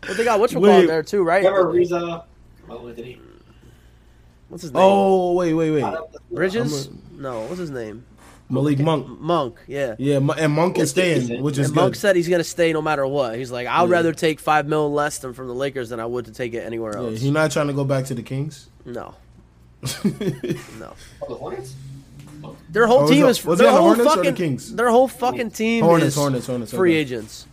Speaker 3: But they got what's
Speaker 1: William-
Speaker 3: there too, right?
Speaker 2: Trevor Ariza. Oh, did he?
Speaker 3: What's his name?
Speaker 1: Oh, wait, wait, wait.
Speaker 3: Bridges?
Speaker 1: I'm
Speaker 3: no, what's his name?
Speaker 1: Malik Monk.
Speaker 3: Monk, yeah.
Speaker 1: Yeah, Mo- and Monk is staying, which is
Speaker 3: And Monk
Speaker 1: good.
Speaker 3: said he's gonna stay no matter what. He's like, I'd
Speaker 1: Yeah.
Speaker 3: rather take five mil less than from the Lakers than I would to take it anywhere
Speaker 1: Yeah,
Speaker 3: else.
Speaker 1: he's not trying to go back to the Kings.
Speaker 3: no, no.
Speaker 2: Oh, the Hornets.
Speaker 3: Their whole
Speaker 1: Oh, was
Speaker 3: team
Speaker 1: it-
Speaker 3: is
Speaker 1: was it
Speaker 3: their
Speaker 1: on the
Speaker 3: whole
Speaker 1: Hornets or the
Speaker 3: fucking
Speaker 1: Kings?
Speaker 3: Their whole fucking team
Speaker 1: Hornets,
Speaker 3: is
Speaker 1: Hornets, Hornets,
Speaker 3: free
Speaker 1: okay.
Speaker 3: agents.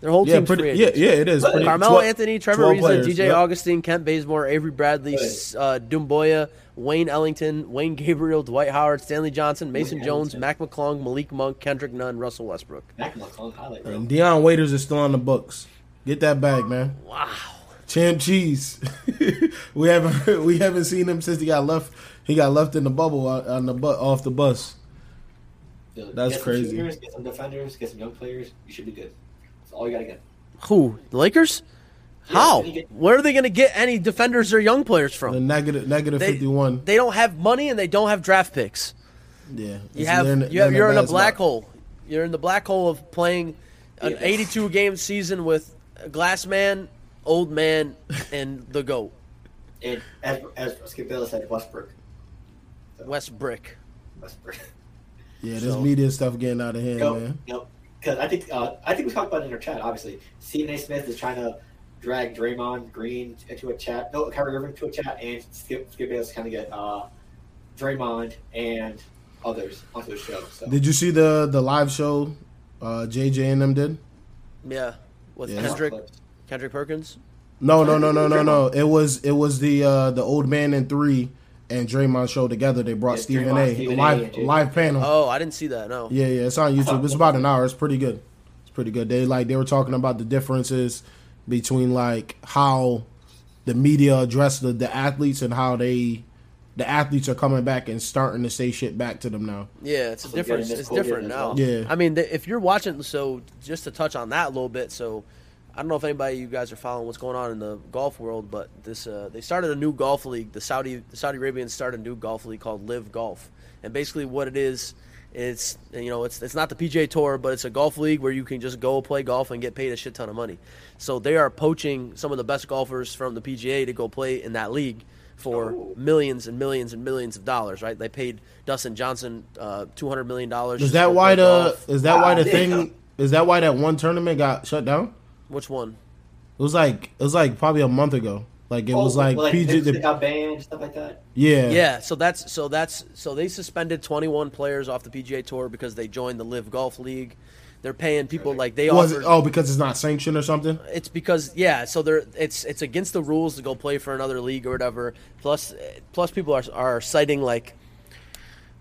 Speaker 3: Their whole
Speaker 1: Yeah,
Speaker 3: team's
Speaker 1: pretty,
Speaker 3: free
Speaker 1: yeah,
Speaker 3: agents.
Speaker 1: yeah, it is. Pretty,
Speaker 3: Carmelo
Speaker 1: twel-
Speaker 3: Anthony, Trevor
Speaker 1: 12
Speaker 3: Reza,
Speaker 1: players,
Speaker 3: DJ
Speaker 1: yep.
Speaker 3: Augustine, Kent Bazemore, Avery Bradley,
Speaker 2: Right.
Speaker 3: S- uh, Dumboya, Wayne Ellington, Wayne Gabriel, Dwight Howard, Stanley Johnson, Mason
Speaker 2: Wayne
Speaker 3: Jones,
Speaker 2: Ellington.
Speaker 3: Mac McClung, Malik Monk, Kendrick Nunn, Russell Westbrook.
Speaker 2: Macklemore on highlight reel.
Speaker 1: And Deion Waiters is still on the books. Get that bag, man.
Speaker 3: Wow.
Speaker 1: Champ Cheese. we haven't we haven't seen him since he got left. He got left in the bubble on, on the bu- off the bus.
Speaker 2: Dude,
Speaker 1: That's
Speaker 2: get some
Speaker 1: crazy.
Speaker 2: Shooters, get some defenders, get some young players. You should be good. That's all you gotta get.
Speaker 3: Who? The Lakers?
Speaker 2: Yeah,
Speaker 3: How?
Speaker 2: you get-
Speaker 3: Where are they going to get any defenders or young players
Speaker 1: The
Speaker 3: from?
Speaker 1: negative negative
Speaker 3: They,
Speaker 1: fifty one.
Speaker 3: they don't have money and they don't have draft picks.
Speaker 1: Yeah,
Speaker 3: You
Speaker 1: It's-
Speaker 3: have,
Speaker 1: they're
Speaker 3: you have
Speaker 1: they're
Speaker 3: you're in a
Speaker 1: bad
Speaker 3: black
Speaker 1: spot.
Speaker 3: hole. You're in the black hole of playing an
Speaker 2: Yeah.
Speaker 3: 82 game season with Glass Man, Old Man, and the Goat
Speaker 2: And as as Skip Bayless said, Westbrook.
Speaker 3: West Brick.
Speaker 2: Westbrook.
Speaker 1: Yeah, this
Speaker 3: So-
Speaker 1: media stuff getting out of hand,
Speaker 2: No,
Speaker 1: man.
Speaker 2: no. Because I think uh, I think we talked about it in our chat. Obviously, Stephen A. Smith is trying to drag Draymond Green into a chat. No, Kyrie Irving to a chat, and Skip Skip Bayless kind of get uh, Draymond and others onto the show. So
Speaker 1: Did you see the the live show? Uh, JJ and them did.
Speaker 3: Yeah, with
Speaker 1: Yeah.
Speaker 3: Kendrick Kendrick Perkins.
Speaker 1: No, no, no, no, no, no. It was it was the uh the old man and three and Draymond show together. They brought
Speaker 2: Yeah,
Speaker 1: Stephen
Speaker 2: Draymond,
Speaker 1: A.
Speaker 2: Stephen A,
Speaker 1: live
Speaker 2: yeah.
Speaker 1: live panel.
Speaker 3: Oh, I didn't see that. No.
Speaker 1: Yeah, yeah, it's on YouTube. It's about an hour. It's pretty good. It's pretty good. They like they were talking about the differences between like how the media address the, the athletes and how they the athletes are coming back and starting to say shit back to them now.
Speaker 3: Yeah, it's a
Speaker 2: So you gotta
Speaker 3: different. It's
Speaker 2: misquote it
Speaker 3: different
Speaker 2: as
Speaker 3: now.
Speaker 1: well. Yeah.
Speaker 3: I mean, th- if you're watching, so just to touch on that a little bit, so I don't know if anybody you guys are following what's going on in the golf world, but this uh, they started a new golf league. The Saudi the Saudi Arabians started a new golf league called Live Golf, and basically what it is, it's you know it's it's not the PGA Tour, but it's a golf league where you can just go play golf and get paid a shit ton of money. So they are poaching some of the best golfers from the PGA to go play in that league for
Speaker 2: Oh.
Speaker 3: millions and millions and millions of dollars, right? They paid Dustin Johnson uh, two hundred million dollars.
Speaker 1: Is that why the is that why the
Speaker 2: Wow.
Speaker 1: thing is that why that one tournament got shut down?
Speaker 3: which one?
Speaker 1: It was like it was like probably a month ago. Like it was like PG
Speaker 2: Oh, they
Speaker 1: the,
Speaker 2: got banned, stuff like that.
Speaker 1: yeah.
Speaker 3: Yeah, so that's so that's so they suspended twenty one players off the PGA Tour because they joined the Live Golf League. They're paying people like they
Speaker 1: Was
Speaker 3: offered.
Speaker 1: it oh because it's not sanctioned or something?
Speaker 3: It's because yeah, so they're it's it's against the rules to go play for another league or whatever. Plus, plus people are are citing like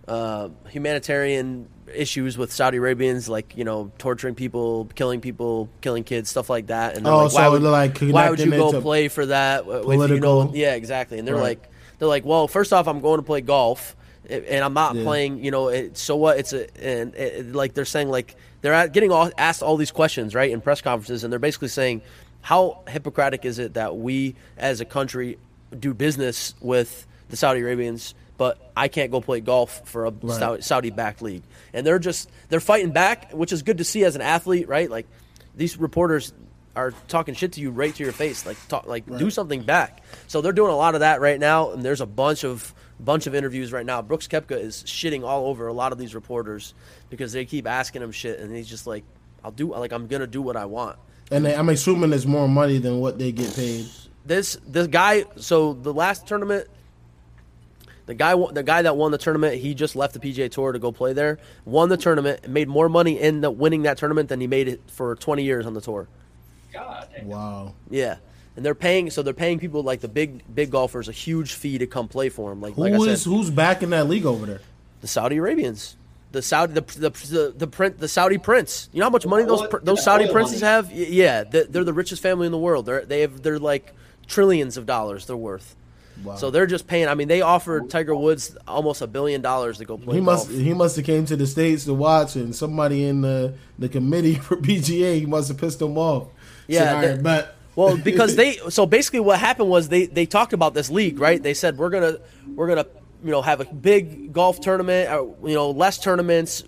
Speaker 3: uh, humanitarian issues with Saudi Arabians, like you know torturing people, killing people, killing kids, stuff like that. And they're
Speaker 1: Oh,
Speaker 3: like, why
Speaker 1: so
Speaker 3: would
Speaker 1: they're, like,
Speaker 3: why would you
Speaker 1: connecting it
Speaker 3: go
Speaker 1: to
Speaker 3: play for that? if you know,
Speaker 1: political-
Speaker 3: yeah, exactly. And they're
Speaker 1: Right.
Speaker 3: like they're like, well, first off, I'm going to play golf. a- And I'm not
Speaker 1: Yeah.
Speaker 3: playing, you know. It, so what? It's a and it, it- like they're saying, like they're at- getting all, asked all these questions, right, in press conferences, and they're basically saying, how hypocritic is it that we as a country do business with the Saudi Arabians, but I can't go play golf for a
Speaker 1: Right.
Speaker 3: Saudi backed league, and they're just they're fighting back, which is good to see as an athlete, right? Like these reporters are talking shit to you right to your face, like talk, like do something back. So they're doing a lot of that right now, and there's a bunch of bunch of interviews right now. Brooks Kepka is shitting all over a lot of these reporters because they keep asking him shit, and he's just like, "I'll do like I'm gonna do what I want."
Speaker 1: And they, I'm assuming it's more money than what they get paid.
Speaker 3: This this guy. So the last tournament The guy, won- the guy that won the tournament, he just left the PGA Tour to go play there. Won the tournament, made more money in the winning that tournament than he made it for 20 years on the tour.
Speaker 2: God, dang.
Speaker 1: Wow.
Speaker 3: Yeah, and they're paying, so they're paying people like the big, big golfers a huge fee to come play for him. Like,
Speaker 1: Who
Speaker 3: like
Speaker 1: is
Speaker 3: I said,
Speaker 1: who's back in that league over there?
Speaker 3: the Saudi Arabians, the Saudi, the the the, the, print, the Saudi prince. You know how much money those
Speaker 2: What?
Speaker 3: pr- those
Speaker 2: Yeah,
Speaker 3: Saudi
Speaker 2: oil
Speaker 3: princes
Speaker 2: money.
Speaker 3: have? Y- Yeah, they're, they're the richest family in the world. They're they have they're like trillions of dollars. They're worth.
Speaker 1: Wow.
Speaker 3: So they're just paying. I mean, they offered Tiger Woods almost a billion dollars to go play.
Speaker 1: He must
Speaker 3: golf.
Speaker 1: he must have came to the states to watch, and somebody in the the committee for PGA must have pissed him off.
Speaker 3: Yeah,
Speaker 1: Said, "All
Speaker 3: that-
Speaker 1: right, bet."
Speaker 3: Well, because they so basically what happened was they they talked about this league, right? They said we're gonna we're gonna you know have a big golf tournament, uh, you know, less tournaments,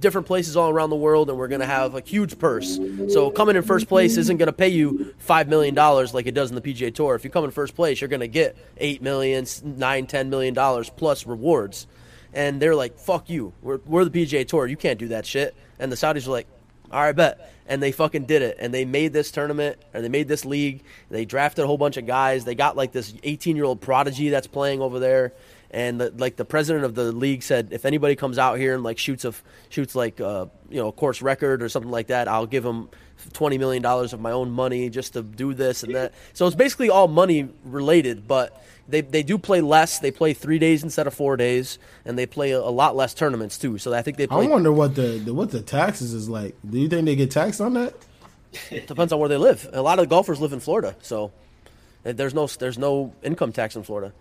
Speaker 3: different places all around the world, and we're gonna have a huge purse. So coming in first place isn't gonna pay you five million dollars like it does in the PGA Tour. If you come in first place, you're gonna get eight million, nine, ten million dollars plus rewards. And they're like, "Fuck you, we're we're the PGA Tour. You can't do that shit." And the Saudis are like, all right, bet. And they fucking did it. And they made this tournament, and they made this league. They drafted a whole bunch of guys. They got like this 18 year old prodigy that's playing over there. And the, like the president of the league said, if anybody comes out here and like shoots a shoots like uh, you know a course record or something like that, I'll give them twenty million dollars of my own money just to do this and that. So it's basically all money related, but they they do play less. They play three days instead of four days, and they play a, a lot less tournaments too. So I think they
Speaker 1: I
Speaker 3: play
Speaker 1: wonder what the, the what the taxes is like. Do you think they get taxed on that?
Speaker 3: depends on where they live. A lot of the golfers live in Florida, so there's no there's no income tax in Florida.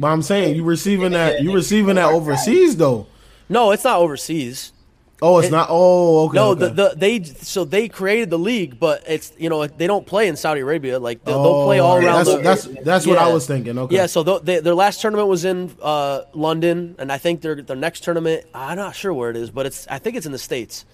Speaker 1: But I'm saying you receiving that you receiving that overseas though.
Speaker 3: No, it's not overseas.
Speaker 1: Oh, it's not. Oh, okay.
Speaker 3: No,
Speaker 1: okay.
Speaker 3: the, the they so they created the league, but it's you know they don't play in Saudi Arabia. Like they'll, they'll play all
Speaker 1: Oh,
Speaker 3: around.
Speaker 1: That's
Speaker 3: the,
Speaker 1: that's, that's what I
Speaker 3: Yeah.
Speaker 1: was thinking. Okay.
Speaker 3: Yeah, so th- they, their last tournament was in uh, London, and I think their their next tournament I'm not sure where it is, but it's I think it's in the states.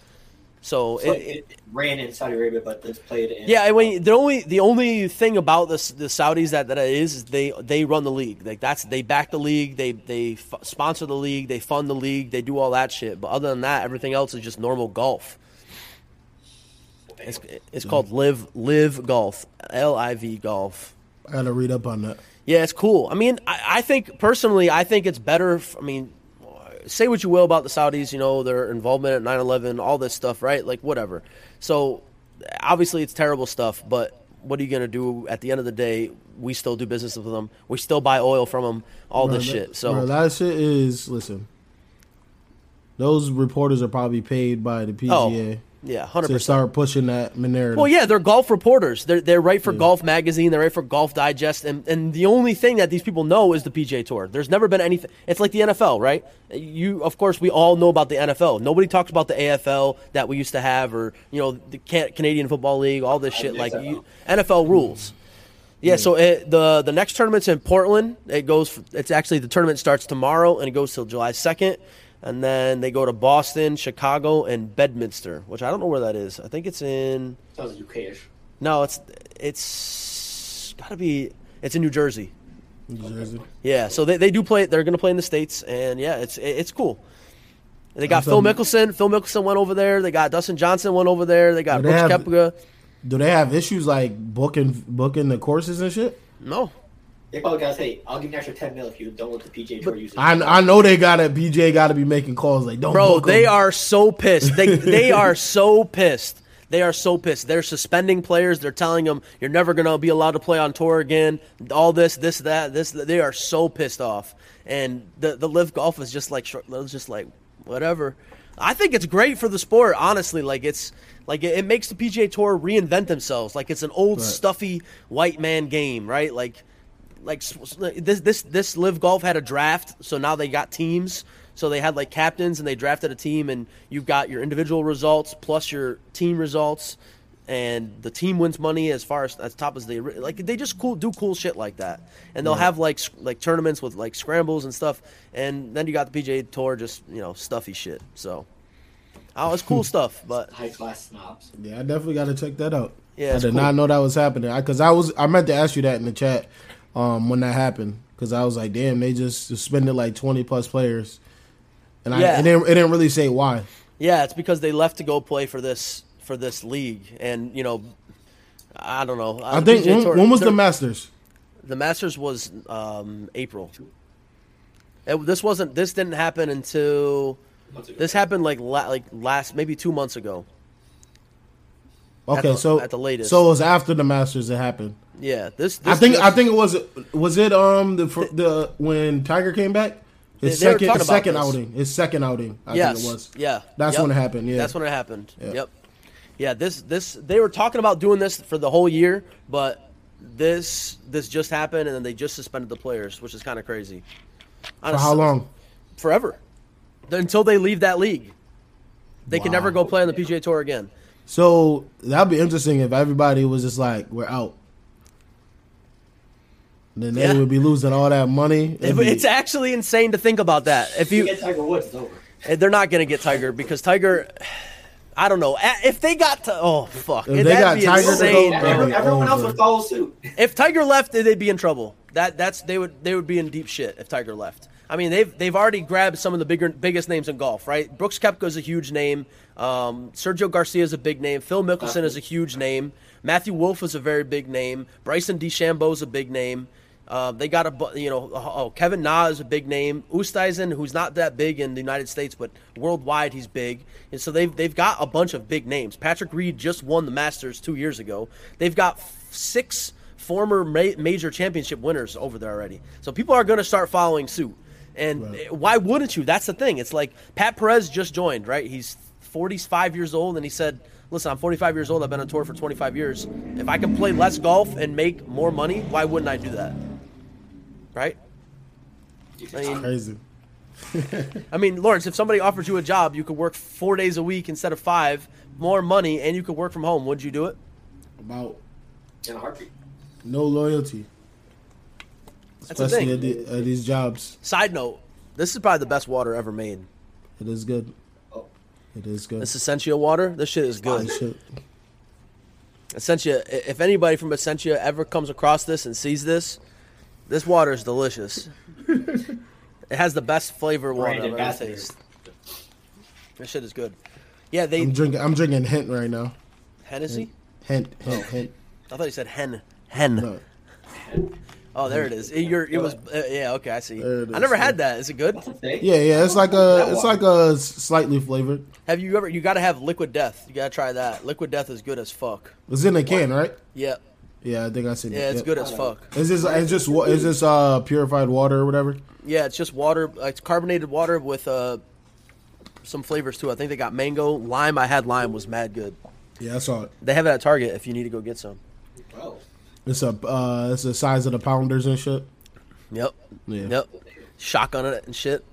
Speaker 3: So,
Speaker 2: So
Speaker 3: it, it-
Speaker 2: it, ran in Saudi Arabia, but it's played in.
Speaker 3: yeah, I mean the only the only thing about the the Saudis that that is, is they they run the league. Like that's they back the league, they they f- sponsor the league, they fund the league, they do all that shit. But other than that, everything else is just normal golf. It's it's called Live Live Golf, L I V Golf.
Speaker 1: I gotta read up on that.
Speaker 3: Yeah, it's cool. I mean, I, I think personally, I think it's better. f I I mean, say what you will about the Saudis, you know, their involvement at 9 11, all this stuff, right? Like, whatever. So, obviously, it's terrible stuff, but what are you going to do at the end of the day? We still do business with them, we still buy oil from them, all
Speaker 1: Bro,
Speaker 3: this
Speaker 1: that-
Speaker 3: shit. So,
Speaker 1: bro, that shit is listen. Those reporters are probably paid by the
Speaker 3: oh,
Speaker 1: PGA
Speaker 3: yeah, 100%.
Speaker 1: to start pushing that narrative.
Speaker 3: Well, yeah, they're golf reporters. They're they're right for Golf Magazine. They're right for Golf Digest. And and the only thing that these people know is the PJ Tour. There's never been anything. It's like the NFL, right? You of course we all know about the NFL. Nobody talks about the AFL that we used to have, or you know the Ca- Canadian Football League, all this shit. Like you, NFL rules. Yeah, so it, the the next tournament's in Portland. It goes. It's actually the tournament starts tomorrow and it goes till July second, and then they go to Boston, Chicago, and Bedminster, which I don't know where that is. I think it's in.
Speaker 2: Sounds UKish.
Speaker 3: No, it's it's got to be. It's in New Jersey.
Speaker 1: New Jersey.
Speaker 3: Yeah, so they, they do play. They're going to play in the states, and yeah, it's it- it's cool. They got
Speaker 1: That's
Speaker 3: Phil
Speaker 1: um,
Speaker 3: Mickelson. Phil Mickelson went over there. They got Dustin Johnson went over there. They got
Speaker 1: They
Speaker 3: Brooks
Speaker 1: have-
Speaker 3: Koepka.
Speaker 1: Do they have issues like booking booking the courses and shit?
Speaker 3: No,
Speaker 2: They probably gotta say, "I'll give you an extra ten mil if you don't let the PJ Tour use it."
Speaker 1: I I know they got to PGA got to be making calls like don't.
Speaker 3: bro,
Speaker 1: book 'em.
Speaker 3: they are so pissed. They they are so pissed. They are so pissed. They're suspending players. They're telling them you're never going to be allowed to play on tour again. All this, this, that, this. that." They are so pissed off. And the the live golf is just like short- it's just like whatever. I think it's great for the sport, honestly. Like it's like it, it makes the PGA Tour reinvent themselves. Like it's an old
Speaker 1: Right.
Speaker 3: stuffy white man game, right? Like like s- s- this this this live golf had a draft so now they got teams so they had like captains and they drafted a team and you've got your individual results plus your team results and the team wins money as far as as top as they like they just cool do cool shit like that and they'll have like s- like tournaments with like scrambles and stuff and then you got the PGA tour just you know stuffy shit so oh it's cool stuff but
Speaker 2: High class snobs.
Speaker 1: Yeah, I definitely got to check that out.
Speaker 3: Yeah,
Speaker 1: I
Speaker 3: it's
Speaker 1: did
Speaker 3: cool.
Speaker 1: not know that was happening because I, was I meant to ask you that in the chat um, when that happened because I was like, damn, they just suspended like twenty plus players, and I
Speaker 3: Yeah.
Speaker 1: it didn't, it didn't really say why.
Speaker 3: Yeah, it's because they left to go play for this for this league, and you know, I don't know.
Speaker 1: I think when, when was the Masters?
Speaker 3: the Masters was um, April. It, this wasn't. This didn't happen until
Speaker 2: Months ago.
Speaker 3: this happened like la, like last maybe two months ago.
Speaker 1: Okay,
Speaker 3: the-
Speaker 1: so
Speaker 3: at the latest.
Speaker 1: so it was after the Masters it happened.
Speaker 3: Yeah, this. this
Speaker 1: I think
Speaker 3: this-
Speaker 1: I think it was was it um the fir- the when Tiger came back his
Speaker 3: They- they were
Speaker 1: second
Speaker 3: talking
Speaker 1: his
Speaker 3: about
Speaker 1: second
Speaker 3: this.
Speaker 1: outing his second outing I
Speaker 3: yes,
Speaker 1: think it was
Speaker 3: yeah.
Speaker 1: That's
Speaker 3: Yep.
Speaker 1: when it happened, yeah.
Speaker 3: that's when it happened.
Speaker 1: Yeah.
Speaker 3: Yep. Yeah. This this they were talking about doing this for the whole year, but this this just happened, and then they just suspended the players, which is kind of crazy.
Speaker 1: for how long?
Speaker 3: forever until they leave that league. They can never
Speaker 1: Wow.
Speaker 3: go play on the PGA Tour again.
Speaker 1: So that'd be interesting if everybody was just like, "We're out." Then they
Speaker 3: Yeah.
Speaker 1: would be losing all that money.
Speaker 3: It-
Speaker 1: It'd be-
Speaker 3: it's actually insane to think about that. If
Speaker 2: You
Speaker 3: you,
Speaker 2: get Tiger Woods, it's over.
Speaker 3: they're not going to get Tiger because Tiger. I don't know. A- If they got to, oh fuck,
Speaker 1: If they
Speaker 3: that'd
Speaker 1: got
Speaker 3: be
Speaker 1: Tiger to
Speaker 3: insane.
Speaker 1: go,
Speaker 2: Every-
Speaker 1: be
Speaker 2: everyone else
Speaker 1: over.
Speaker 2: would follow suit.
Speaker 3: If Tiger left, they'd be in trouble. That that's they would they would be in deep shit if Tiger left. I mean they've they've already grabbed some of the bigger biggest names in golf, right? Brooks Koepka's a huge name. Um, Sergio Garcia is a big name. Phil Mickelson is a huge name. Matthew Wolf is a very big name. Bryson DeChambeau is a big name. Uh, they got a bu- you know oh, Kevin Na is a big name. Ustaizen, who's not that big in the United States, but worldwide he's big, and so they've they've got a bunch of big names. Patrick Reed just won the Masters two years ago. They've got f- six former ma- major championship winners over there already, so people are going to start following suit. And
Speaker 1: Right.
Speaker 3: why wouldn't you? That's the thing. It's like Pat Perez just joined, right? He's 45 years old, and he said, "Listen, I'm 45 years old. I've been on tour for 25 years. If I can play less golf and make more money, why wouldn't I do that?" Right? I mean,
Speaker 1: Crazy.
Speaker 3: I mean, Lawrence, if somebody offered you a job, you could work four days a week instead of five, more money, and you could work from home. Would you do it?
Speaker 1: About
Speaker 2: in a heartbeat.
Speaker 1: no loyalty,
Speaker 3: That's the
Speaker 1: especially
Speaker 3: thing.
Speaker 1: at, the, at these jobs.
Speaker 3: Side note: This is probably the best water ever made.
Speaker 1: It is good.
Speaker 2: Oh,
Speaker 1: It is good.
Speaker 3: This Essentia water. This shit is good.
Speaker 1: That shit.
Speaker 3: Essentia, i- if anybody from Essentia ever comes across this and sees this, this water is delicious. it has the best flavor water
Speaker 2: Brand
Speaker 3: I've ever
Speaker 2: ambassador.
Speaker 3: tasted. That shit is good. Yeah, they
Speaker 1: I'm drinking. I'm drinking hint right now.
Speaker 3: Hennessy.
Speaker 1: Hint, hint,
Speaker 3: Oh.
Speaker 1: hint.
Speaker 3: I thought you said hen. Hen.
Speaker 1: No,
Speaker 3: Oh, there it is. It, you're, it was. Uh, yeah. Okay, I see.
Speaker 1: There it
Speaker 3: I
Speaker 1: is,
Speaker 3: never
Speaker 1: yeah.
Speaker 3: had that. Is it good?
Speaker 2: that's a thing.
Speaker 1: Yeah, yeah. It's like
Speaker 2: That
Speaker 1: a. It's
Speaker 2: one.
Speaker 1: like a s- slightly flavored.
Speaker 3: Have you ever? You got to have Liquid Death. You got to try that. Liquid Death is good as fuck.
Speaker 1: It's in a can, right?
Speaker 3: Yeah.
Speaker 1: Yeah, I think I seen it.
Speaker 3: Yeah, it's
Speaker 1: Yep.
Speaker 3: good as fuck.
Speaker 1: Is this? Is just wa- Is this uh purified water or whatever?
Speaker 3: Yeah, it's just water. uh, It's carbonated water with uh, some flavors too. I think they got mango, lime. I had lime was mad good.
Speaker 1: Yeah, I saw it.
Speaker 3: They have it at Target if you need to go get some.
Speaker 2: Oh,
Speaker 1: It's a. Uh, it's the size of the pounders and shit.
Speaker 3: Yep.
Speaker 1: Yeah.
Speaker 3: Yep. Shotgun it and shit.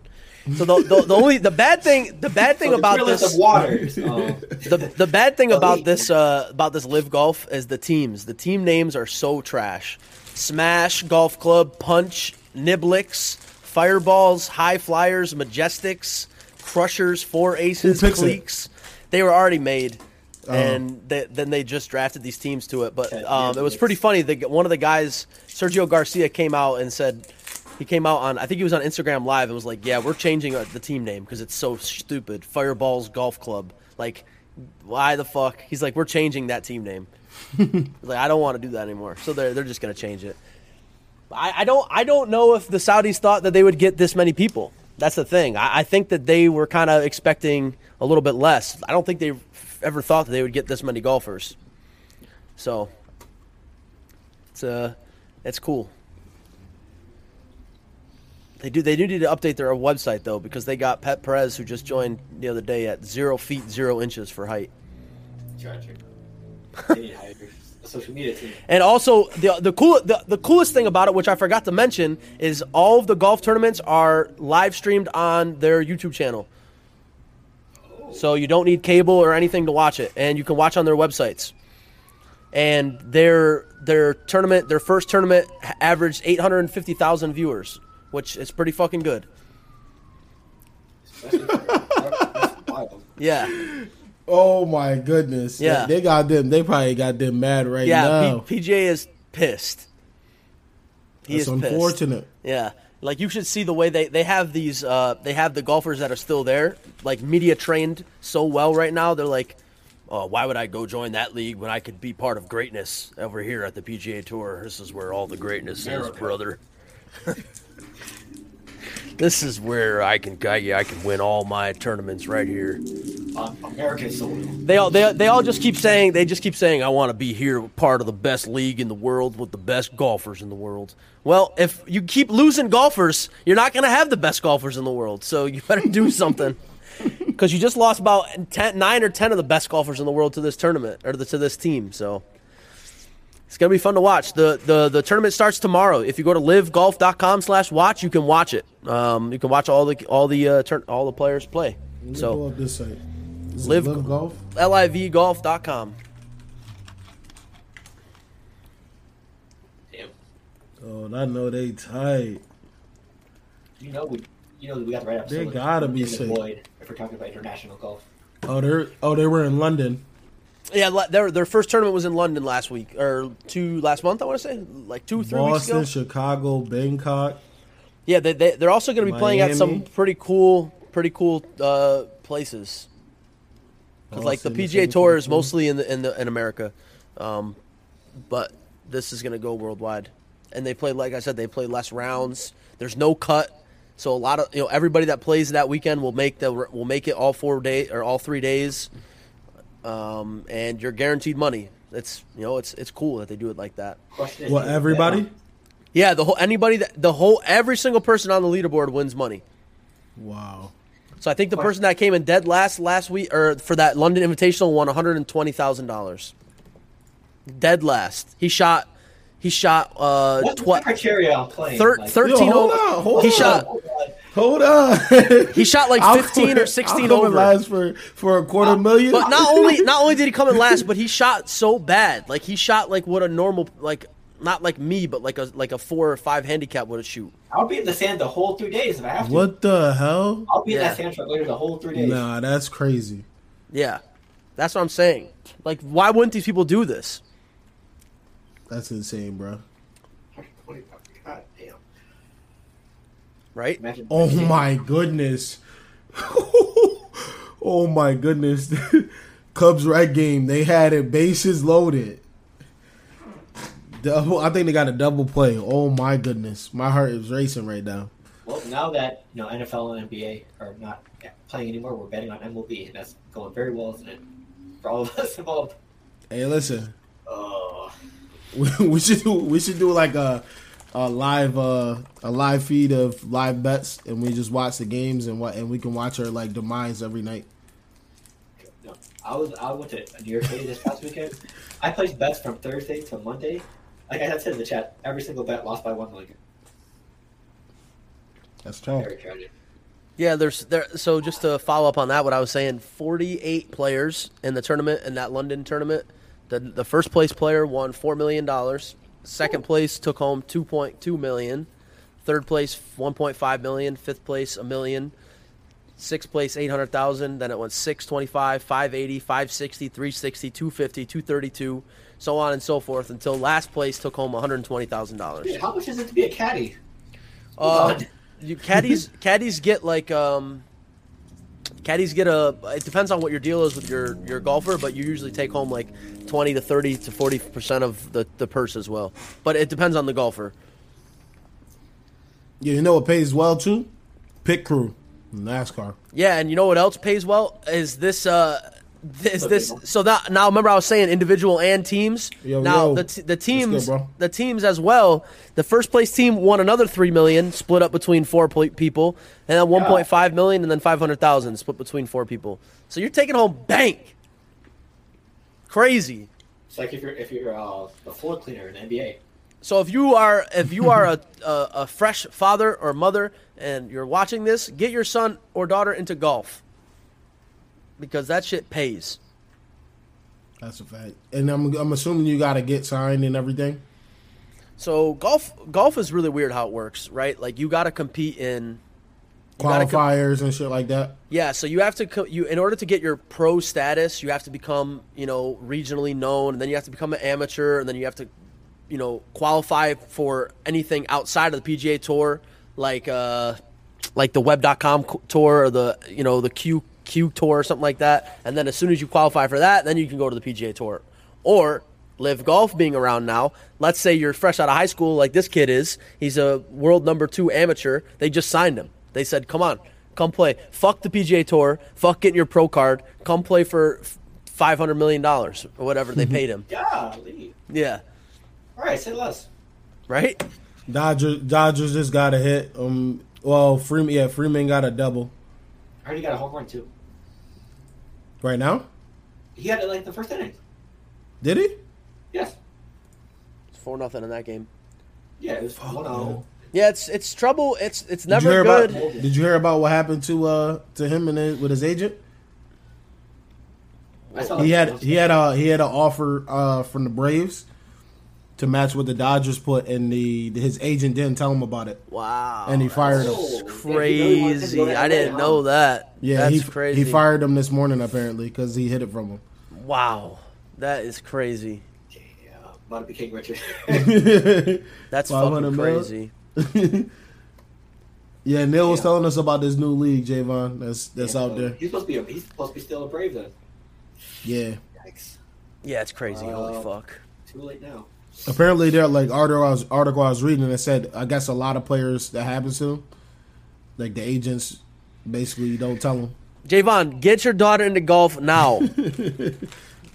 Speaker 3: So the, the, the only the bad thing the bad thing
Speaker 2: so
Speaker 3: about
Speaker 2: the Thrillist
Speaker 3: this
Speaker 2: of waters. Um,
Speaker 3: the, the bad thing
Speaker 2: The
Speaker 3: about
Speaker 2: league.
Speaker 3: this uh, about this live golf is the teams. The team names are so trash. Smash, Golf Club, Punch, Niblix, Fireballs, High Flyers, Majestics, Crushers, Four Aces,
Speaker 1: Who picks it? Oh.
Speaker 3: Cliques. They were already made. And they, then they just drafted these teams to it, but
Speaker 2: Okay,
Speaker 3: um, it was
Speaker 2: Niblix.
Speaker 3: pretty funny. The, one of the guys, Sergio Garcia, came out and said he came out on I think he was on Instagram Live and was like, "Yeah, we're changing uh, the team name because it's so stupid. Fireballs Golf Club. Like, why the fuck?" He's like, "We're changing that team name. He's like, I don't want to do that anymore. So they're they're just gonna change it. I, I don't I don't know if the Saudis thought that they would get this many people. That's the thing. I, I think that they were kind of expecting a little bit less. I don't think they ever thought that they would get this many golfers. So it's uh it's cool. They do they do need to update their website though because they got Pet Perez who just joined the other day at zero feet zero inches for height.
Speaker 2: Tragic. They need to hire a social media team.
Speaker 3: And also the the cool the, the coolest thing about it, which I forgot to mention, is all of the golf tournaments are live streamed on their YouTube channel. So you don't need cable or anything to watch it, and you can watch on their websites. And their their tournament, their first tournament, ha- averaged eight hundred and fifty thousand viewers, which is pretty fucking good.
Speaker 2: Especially for- that's wild.
Speaker 3: Yeah,
Speaker 1: Oh my goodness.
Speaker 3: Yeah.
Speaker 1: They, they got them. They probably got them mad right
Speaker 3: yeah.
Speaker 1: now.
Speaker 3: P- PJ is pissed. He
Speaker 1: It's
Speaker 3: is pissed.
Speaker 1: unfortunate.
Speaker 3: Yeah. Like you should see the way they, they have these uh, they have the golfers that are still there, like media trained so well right now. They're like, oh, why would I go join that league when I could be part of greatness over here at the PGA Tour? This is where all the greatness is,
Speaker 2: America.
Speaker 3: brother. this is where I can I, yeah, I can win all my tournaments right here.
Speaker 2: On American soil.
Speaker 3: They all they, they all just keep saying they just keep saying I want to be here part of the best league in the world with the best golfers in the world. Well, if you keep losing golfers, you're not going to have the best golfers in the world. So you better do something. Cuz you just lost about 10, 9 or 10 of the best golfers in the world to this tournament or the, to this team. So it's going to be fun to watch. The, the the tournament starts tomorrow. If you go to livegolf.com/watch, you can watch it. Um, you can watch all the all the uh, turn, all the players play.
Speaker 1: Let me
Speaker 3: So
Speaker 1: go up this site. Is it
Speaker 3: Live-
Speaker 1: live golf.
Speaker 3: livgolf.com.
Speaker 2: Damn.
Speaker 1: Oh, I know they tight.
Speaker 2: You know we, you know we got the right episode.
Speaker 1: They gotta be
Speaker 2: in the
Speaker 1: safe.
Speaker 2: void If we're talking about international golf,
Speaker 1: Oh, they're oh they were in London.
Speaker 3: Yeah, la- their their first tournament was in London last week or two last month. I want to say like two three
Speaker 1: Boston,
Speaker 3: weeks ago.
Speaker 1: Chicago, Bangkok.
Speaker 3: Yeah, they, they they're also going to be playing at some
Speaker 1: Miami.
Speaker 3: pretty cool pretty cool uh, places. 'Cause, like the
Speaker 1: Boston,
Speaker 3: PGA Tour is
Speaker 1: Singapore.
Speaker 3: mostly in the in the in America, um, but this is going to go worldwide. and they play like I said, they play less rounds. There's no cut, so a lot of you know everybody that plays that weekend will make the will make it all four days or all three days, um, and you're guaranteed money. It's you know it's it's cool that they do it like that.
Speaker 2: Question is,
Speaker 1: What
Speaker 2: do you
Speaker 1: everybody?
Speaker 2: bet
Speaker 3: Yeah, the whole anybody that the whole every single person on the leaderboard wins money.
Speaker 1: Wow.
Speaker 3: So I think the person that came in dead last last week or for that London Invitational won one hundred and twenty thousand dollars. Dead last. He shot. He shot. Uh,
Speaker 2: on? What's the
Speaker 3: tw-
Speaker 2: criteria on playing?
Speaker 3: thir-
Speaker 2: Like,
Speaker 3: thirteen.
Speaker 1: Yo, hold
Speaker 3: over-
Speaker 1: on, hold
Speaker 3: he
Speaker 1: on.
Speaker 3: shot.
Speaker 2: oh, God.
Speaker 1: Hold on.
Speaker 3: He shot like
Speaker 1: I'll
Speaker 3: 15
Speaker 1: quit-
Speaker 3: or 16
Speaker 1: I'll come in
Speaker 3: over. Uh,
Speaker 1: last for for a quarter million.
Speaker 3: But not only not only did he come in last, but he shot so bad. Like he shot like what a normal like not like me, but like a like a four or five handicap would shoot.
Speaker 2: I'll be in the sand the whole three days if I have to.
Speaker 1: What the hell?
Speaker 2: I'll be in
Speaker 3: Yeah.
Speaker 2: that sand truck later the whole three days.
Speaker 1: Nah, that's crazy.
Speaker 3: Yeah, that's what I'm saying. Like why wouldn't these people do this?
Speaker 1: That's insane, bro.
Speaker 2: God damn.
Speaker 3: Right?
Speaker 2: Imagine
Speaker 1: Oh my goodness. oh my goodness. Cubs red game. They had it bases loaded. Double, I think they got a double play. Oh my goodness. My heart is racing right now.
Speaker 2: Well, now that you know NFL and NBA are not playing anymore, we're betting on MLB, and that's going very well, isn't it? For all of us involved.
Speaker 1: Hey, listen.
Speaker 2: Oh,
Speaker 1: We, we should do we should do like a a live uh a live feed of live bets and we just watch the games and what and we can watch our like demise every night.
Speaker 2: no. I was I went to New York City this past weekend. I placed bets from Thursday to Monday. Like I had said in the chat, every single bet lost by one. Like
Speaker 1: That's tough.
Speaker 2: very tragic.
Speaker 3: Yeah, there's there. So just to follow up on that, what I was saying, 48 players in the tournament in that London tournament. The the first place player won four million dollars. Second place took home 2.2 million. Third place 1.5 million. Fifth place a million. Sixth place 800,000. Then it went 625, 580, 560, 360, 250, 232, so on and so forth until last place took home 120,000 dollars.
Speaker 2: Dude, how much is it to be a caddy?
Speaker 3: Uh,
Speaker 2: God.
Speaker 3: you caddies caddies get like um caddies get a it depends on what your deal is with your your golfer but you usually take home like 20 to 30 to 40 percent of the the purse as well but it depends on the golfer
Speaker 1: Yeah, you know what pays well too? Pit crew. NASCAR.
Speaker 3: yeah and you know what else pays well is this uh is this so that now remember I was saying individual and teams
Speaker 1: Yo,
Speaker 3: now
Speaker 1: yo.
Speaker 3: the t- the
Speaker 1: What's good,
Speaker 3: teams
Speaker 1: bro?
Speaker 3: the teams as well the first place team won another 3 million split up between four pl- people and then 1.5 million and then 500,000 split between four people so you're taking home bank crazy
Speaker 2: It's like if you're if you're uh, a floor cleaner in the NBA.
Speaker 3: so if you are if you are a, a, a fresh father or mother and you're watching this get your son or daughter into golf because that shit pays
Speaker 1: That's a fact. And I'm I'm assuming you got to get signed and everything.
Speaker 3: So golf golf is really weird how it works, right? Like you got to compete in gotta com-
Speaker 1: Qualifiers and shit like that.
Speaker 3: yeah, so you have to co- you in order to get your pro status, you have to become, you know, regionally known and then you have to become an amateur and then you have to you know, qualify for anything outside of the PGA tour like uh like the web.com co- tour or the you know, the Q Q tour or something like that. And then as soon as you qualify for that, then you can go to the PGA tour. Or live golf being around now let's say you're fresh out of high school like this kid is he's a world number two amateur they just signed him they said come on come play fuck the pga tour fuck getting your pro card come play for f- 500 million dollars or whatever
Speaker 1: Mm-hmm.
Speaker 3: they paid him
Speaker 2: Yeah, leave.
Speaker 3: yeah
Speaker 2: All right, say less.
Speaker 3: right
Speaker 1: Dodgers Dodgers just got a hit. Um well, Freeman yeah, Freeman got a double
Speaker 2: I already got a home run too.
Speaker 1: right now.
Speaker 2: He had it like the first inning.
Speaker 1: Did he?
Speaker 2: Yes.
Speaker 3: it's four nothing in that game
Speaker 2: Yeah, it was one oh. zero.
Speaker 3: yeah it's it's trouble it's it's
Speaker 1: Did you
Speaker 3: never
Speaker 1: hear
Speaker 3: good
Speaker 1: about Did you hear about what happened to uh to him and his, with his agent?
Speaker 2: I saw
Speaker 1: He
Speaker 2: that.
Speaker 1: had he had a he had an offer uh from the Braves to match what the Dodgers put and the his agent didn't tell him about it.
Speaker 3: wow
Speaker 1: And he fired him.
Speaker 3: that's
Speaker 2: Oh, if you really wanted to
Speaker 3: crazy
Speaker 2: go that
Speaker 3: i
Speaker 2: way,
Speaker 3: didn't
Speaker 2: huh?
Speaker 3: know that
Speaker 1: Yeah, he
Speaker 3: that's crazy
Speaker 1: he fired him this morning apparently cuz he hit it from him.
Speaker 3: wow that is crazy
Speaker 2: Yeah, about to be King Richard.
Speaker 1: 500
Speaker 3: that's fucking
Speaker 1: mil?
Speaker 3: crazy
Speaker 1: yeah, Neil was
Speaker 2: Yeah.
Speaker 1: telling us about this new league, Javon. That's that's
Speaker 2: Yeah,
Speaker 1: out
Speaker 2: so
Speaker 1: there.
Speaker 2: He's supposed to be a, he's supposed to be still a Brave then.
Speaker 1: Yeah,
Speaker 2: Yikes!
Speaker 3: Yeah, it's crazy. Holy
Speaker 2: Uh,
Speaker 3: fuck.
Speaker 2: Too late now.
Speaker 1: Apparently, there like article I was, article I was reading that said I guess a lot of players that happens to them, like the agents, basically don't tell them.
Speaker 3: Javon, get your daughter into golf now.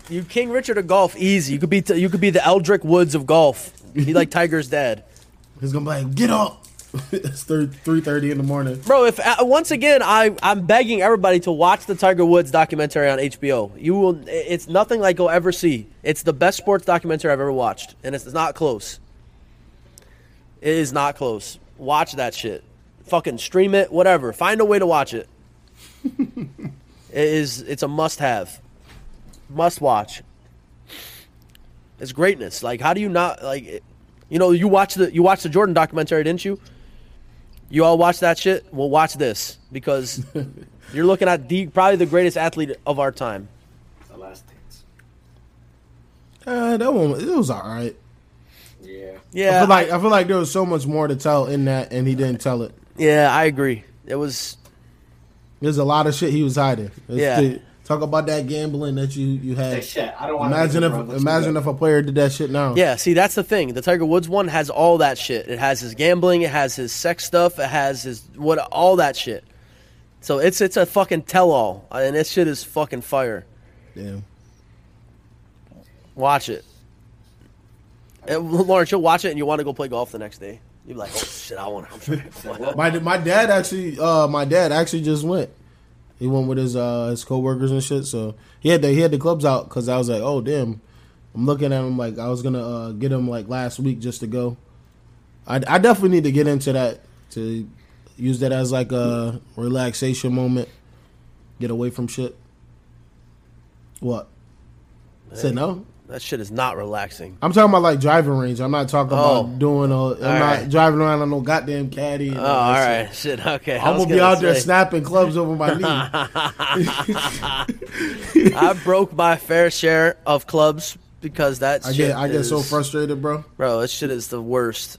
Speaker 3: you King Richard of golf, easy. You could be t- you could be the Eldrick Woods of golf. Be like Tiger's dad,
Speaker 1: He's gonna be like, get up. it's three three thirty in the morning.
Speaker 3: bro. If uh, once again, I I'm begging everybody to watch the Tiger Woods documentary on HBO. You will. It's nothing like you'll ever see. It's the best sports documentary I've ever watched, and it's not close. It is not close. Watch that shit. Fucking stream it. Whatever. Find a way to watch it. it is. It's a must-have. must watch. It's greatness. Like, how do you not like? It, you know, you watch the you watch the Jordan documentary, didn't you? You all watch that shit. Well, watch this because you're looking at the probably the greatest athlete of our time.
Speaker 2: The last dance.
Speaker 1: Uh, that one it was all right.
Speaker 2: Yeah.
Speaker 1: I
Speaker 3: Yeah,
Speaker 1: feel like I feel like there was so much more to tell in that, and he didn't tell it.
Speaker 3: yeah, I agree. It was
Speaker 1: There's a lot of shit he was hiding. It's
Speaker 3: Yeah.
Speaker 1: the- talk about that gambling that you you
Speaker 2: Like,
Speaker 1: had.
Speaker 2: shit, I don't want
Speaker 1: Imagine if imagine if a player did that shit now.
Speaker 3: yeah. See, that's the thing. The Tiger Woods one has all that shit. It has his gambling. It has his sex stuff. It has his what all that shit. So it's it's a fucking tell all, and this shit is fucking fire.
Speaker 1: Damn.
Speaker 3: Watch it. And, Lawrence, you'll watch it and you want to go play golf the next day. You'll be like, oh shit, I want to.
Speaker 1: My my dad actually uh my dad actually just went. He went with his uh his coworkers and shit. So he had the he had the clubs out because I was like, oh damn. I'm looking at him like I was gonna uh, get him like last week just to go. I I definitely need to get into that to use that as like a relaxation moment. Get away from shit. What? Said no.
Speaker 3: that shit is not relaxing.
Speaker 1: I'm talking about like driving range. I'm not talking
Speaker 3: Oh.
Speaker 1: about doing a. I'm
Speaker 3: All
Speaker 1: not
Speaker 3: right.
Speaker 1: driving around on no goddamn caddy. and
Speaker 3: Oh,
Speaker 1: all
Speaker 3: all
Speaker 1: that shit.
Speaker 3: right, shit. Okay, I
Speaker 1: I'm
Speaker 3: was
Speaker 1: gonna be
Speaker 3: gonna
Speaker 1: out there
Speaker 3: say,
Speaker 1: snapping clubs over my knee.
Speaker 3: I broke my fair share of clubs because that.
Speaker 1: I
Speaker 3: shit
Speaker 1: get I get so
Speaker 3: is-
Speaker 1: frustrated, bro.
Speaker 3: bro. That shit is the worst,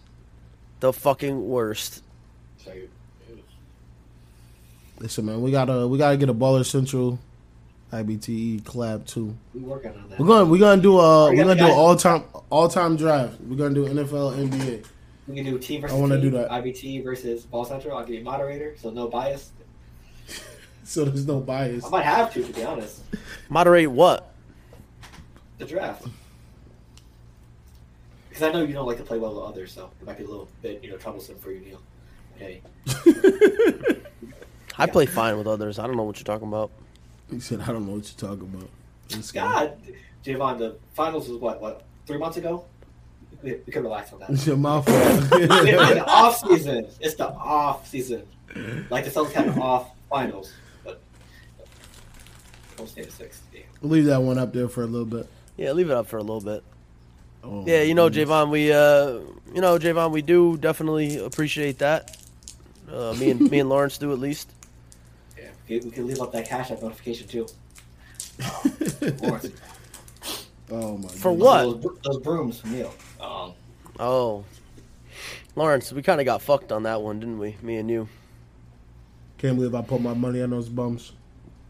Speaker 3: the fucking worst.
Speaker 1: Listen, man, we gotta we gotta get a baller central, IBTE collab E too.
Speaker 2: We working on that.
Speaker 1: We're gonna we're gonna do a
Speaker 2: We
Speaker 1: we're gonna
Speaker 2: got the
Speaker 1: do an
Speaker 2: guys.
Speaker 1: all time all time drive. We're gonna do NFL NBA.
Speaker 2: We can do team versus
Speaker 1: wanna
Speaker 2: team,
Speaker 1: do that.
Speaker 2: IBT versus Ball Central. I'll be a moderator, so no bias.
Speaker 1: So there's no bias.
Speaker 2: I might have to, to be honest.
Speaker 3: Moderate what?
Speaker 2: The draft. Because I know you don't like to play well with others, so it might be a little bit, you know, troublesome for you, Neil. Hey,
Speaker 3: I play fine with others. I don't know what you're talking about.
Speaker 1: He said, I don't know what you're talking about. This guy.
Speaker 2: God, Javon, the finals was what, what, three months ago? We, we could relax on that.
Speaker 1: It's your mouth.
Speaker 2: it's the off season. It's the off season. Like the Celtics had an off finals, but don't stay to six. Yeah.
Speaker 1: Leave that one up there for a little bit.
Speaker 3: Yeah, leave it up for a little bit.
Speaker 1: Oh,
Speaker 3: Yeah, you know,
Speaker 1: goodness.
Speaker 3: Javon, we uh, you know, Javon, we do definitely appreciate that. Uh, me and me and Lawrence do at least.
Speaker 2: Yeah, we, we can leave up that cash app notification too.
Speaker 1: oh my.
Speaker 3: For
Speaker 1: goodness.
Speaker 3: what?
Speaker 2: Those, br- those brooms from Neil. Um,
Speaker 3: Oh, Lawrence, we kind of got fucked on that one, didn't we? Me and you.
Speaker 1: Can't believe I put my money on those bums.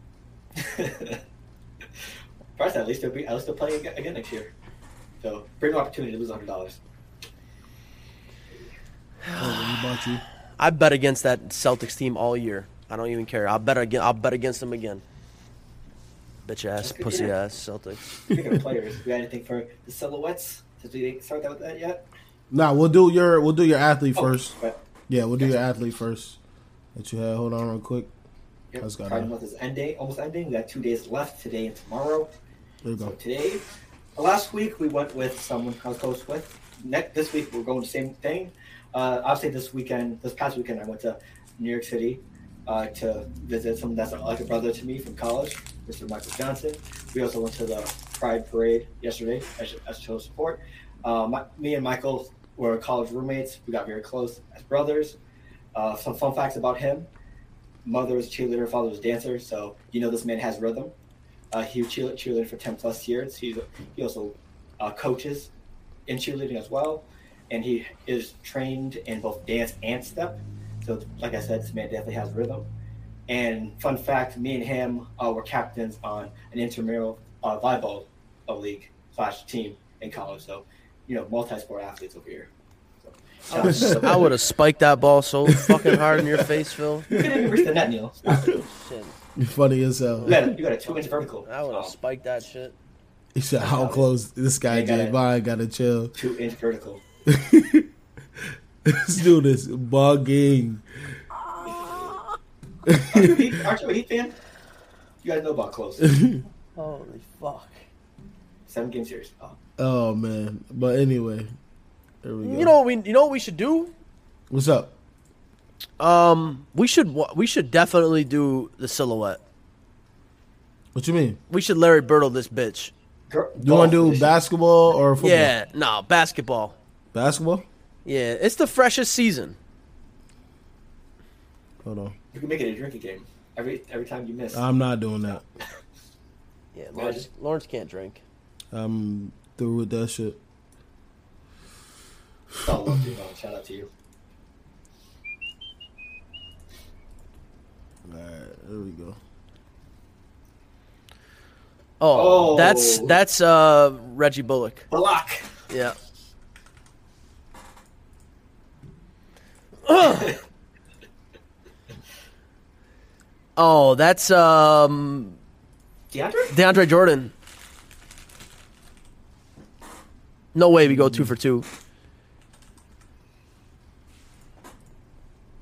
Speaker 2: First, at least they'll be, at least they'll play aga- again next year. So, bring an opportunity to lose hundred dollars.
Speaker 1: Oh, we bought you.
Speaker 3: I bet against that Celtics team all year. I don't even care. I'll bet again. I'll bet against them again. Bitch ass, pussy ass Celtics.
Speaker 2: Speaking of players, we got anything for the silhouettes? Did we start that with that yet?
Speaker 1: Nah, we'll do your we'll do your athlete
Speaker 2: Oh,
Speaker 1: first.
Speaker 2: but-
Speaker 1: Yeah, we'll do your athlete first. That you had. Hold on, real quick.
Speaker 2: Yep.
Speaker 1: That's gotta
Speaker 2: Pride
Speaker 1: be.
Speaker 2: Month is ending, almost ending. We got two days left today and tomorrow.
Speaker 1: There you
Speaker 2: So
Speaker 1: go.
Speaker 2: today, uh, last week we went with someone I was close with. Next this week we're going the same thing. Uh, obviously this weekend, this past weekend I went to New York City uh, to visit someone that's like a brother to me from college, Mr. Michael Johnson. We also went to the Pride Parade yesterday as, as show support. Uh, my, me and Michael were college roommates. We got very close as brothers. Uh, some fun facts about him: mother was a cheerleader, father was a dancer. So you know this man has rhythm. Uh, he was cheerle- cheerleader for 10 plus years. He's, he also uh, coaches in cheerleading as well. And he is trained in both dance and step. So, like I said, this man definitely has rhythm. And fun fact me and him uh, were captains on an intramural uh, volleyball uh, league slash team in college. So, you know, multi-sport athletes over here. So,
Speaker 3: I would- I would have spiked that ball so fucking hard in your face, Phil.
Speaker 2: you couldn't even reach the net, Neil. You
Speaker 3: Shit,
Speaker 1: You funny as hell.
Speaker 2: got a, you got a two-inch vertical.
Speaker 3: I would have
Speaker 2: Um,
Speaker 3: spiked that shit.
Speaker 1: He said, "How close this guy
Speaker 2: Yeah, got
Speaker 1: Jay
Speaker 2: it.
Speaker 1: Vine got to chill."
Speaker 2: two-inch vertical.
Speaker 1: Let's do this bugging.
Speaker 2: Aren't you, a Heat, aren't you a Heat fan? You guys know about close.
Speaker 3: Holy fuck.
Speaker 2: Seven game series. Oh,
Speaker 1: Oh man, but anyway, there we go.
Speaker 3: You know what we you know what we should do?
Speaker 1: what's up?
Speaker 3: Um, we should wa- we should definitely do the silhouette.
Speaker 1: What you mean?
Speaker 3: We should Larry Birdle this bitch.
Speaker 2: girl,
Speaker 1: You want
Speaker 2: golf
Speaker 1: to do
Speaker 2: edition.
Speaker 1: basketball or football?
Speaker 3: Oh, Yeah, nah, basketball.
Speaker 1: basketball.
Speaker 3: Yeah, it's the freshest season.
Speaker 1: Hold on,
Speaker 2: You can make it a drinking game. Every every time you miss,
Speaker 1: I'm not doing that.
Speaker 3: Yeah, Lawrence, Lawrence can't drink.
Speaker 1: I'm through with that shit.
Speaker 2: it's all love, dude. Oh, Shout out to you.
Speaker 1: All right, there we go.
Speaker 3: Oh,
Speaker 2: Oh.
Speaker 3: that's that's uh Reggie Bullock.
Speaker 2: Block.
Speaker 3: Yeah. oh, that's um
Speaker 2: DeAndre.
Speaker 3: DeAndre Jordan. No way we go two for two.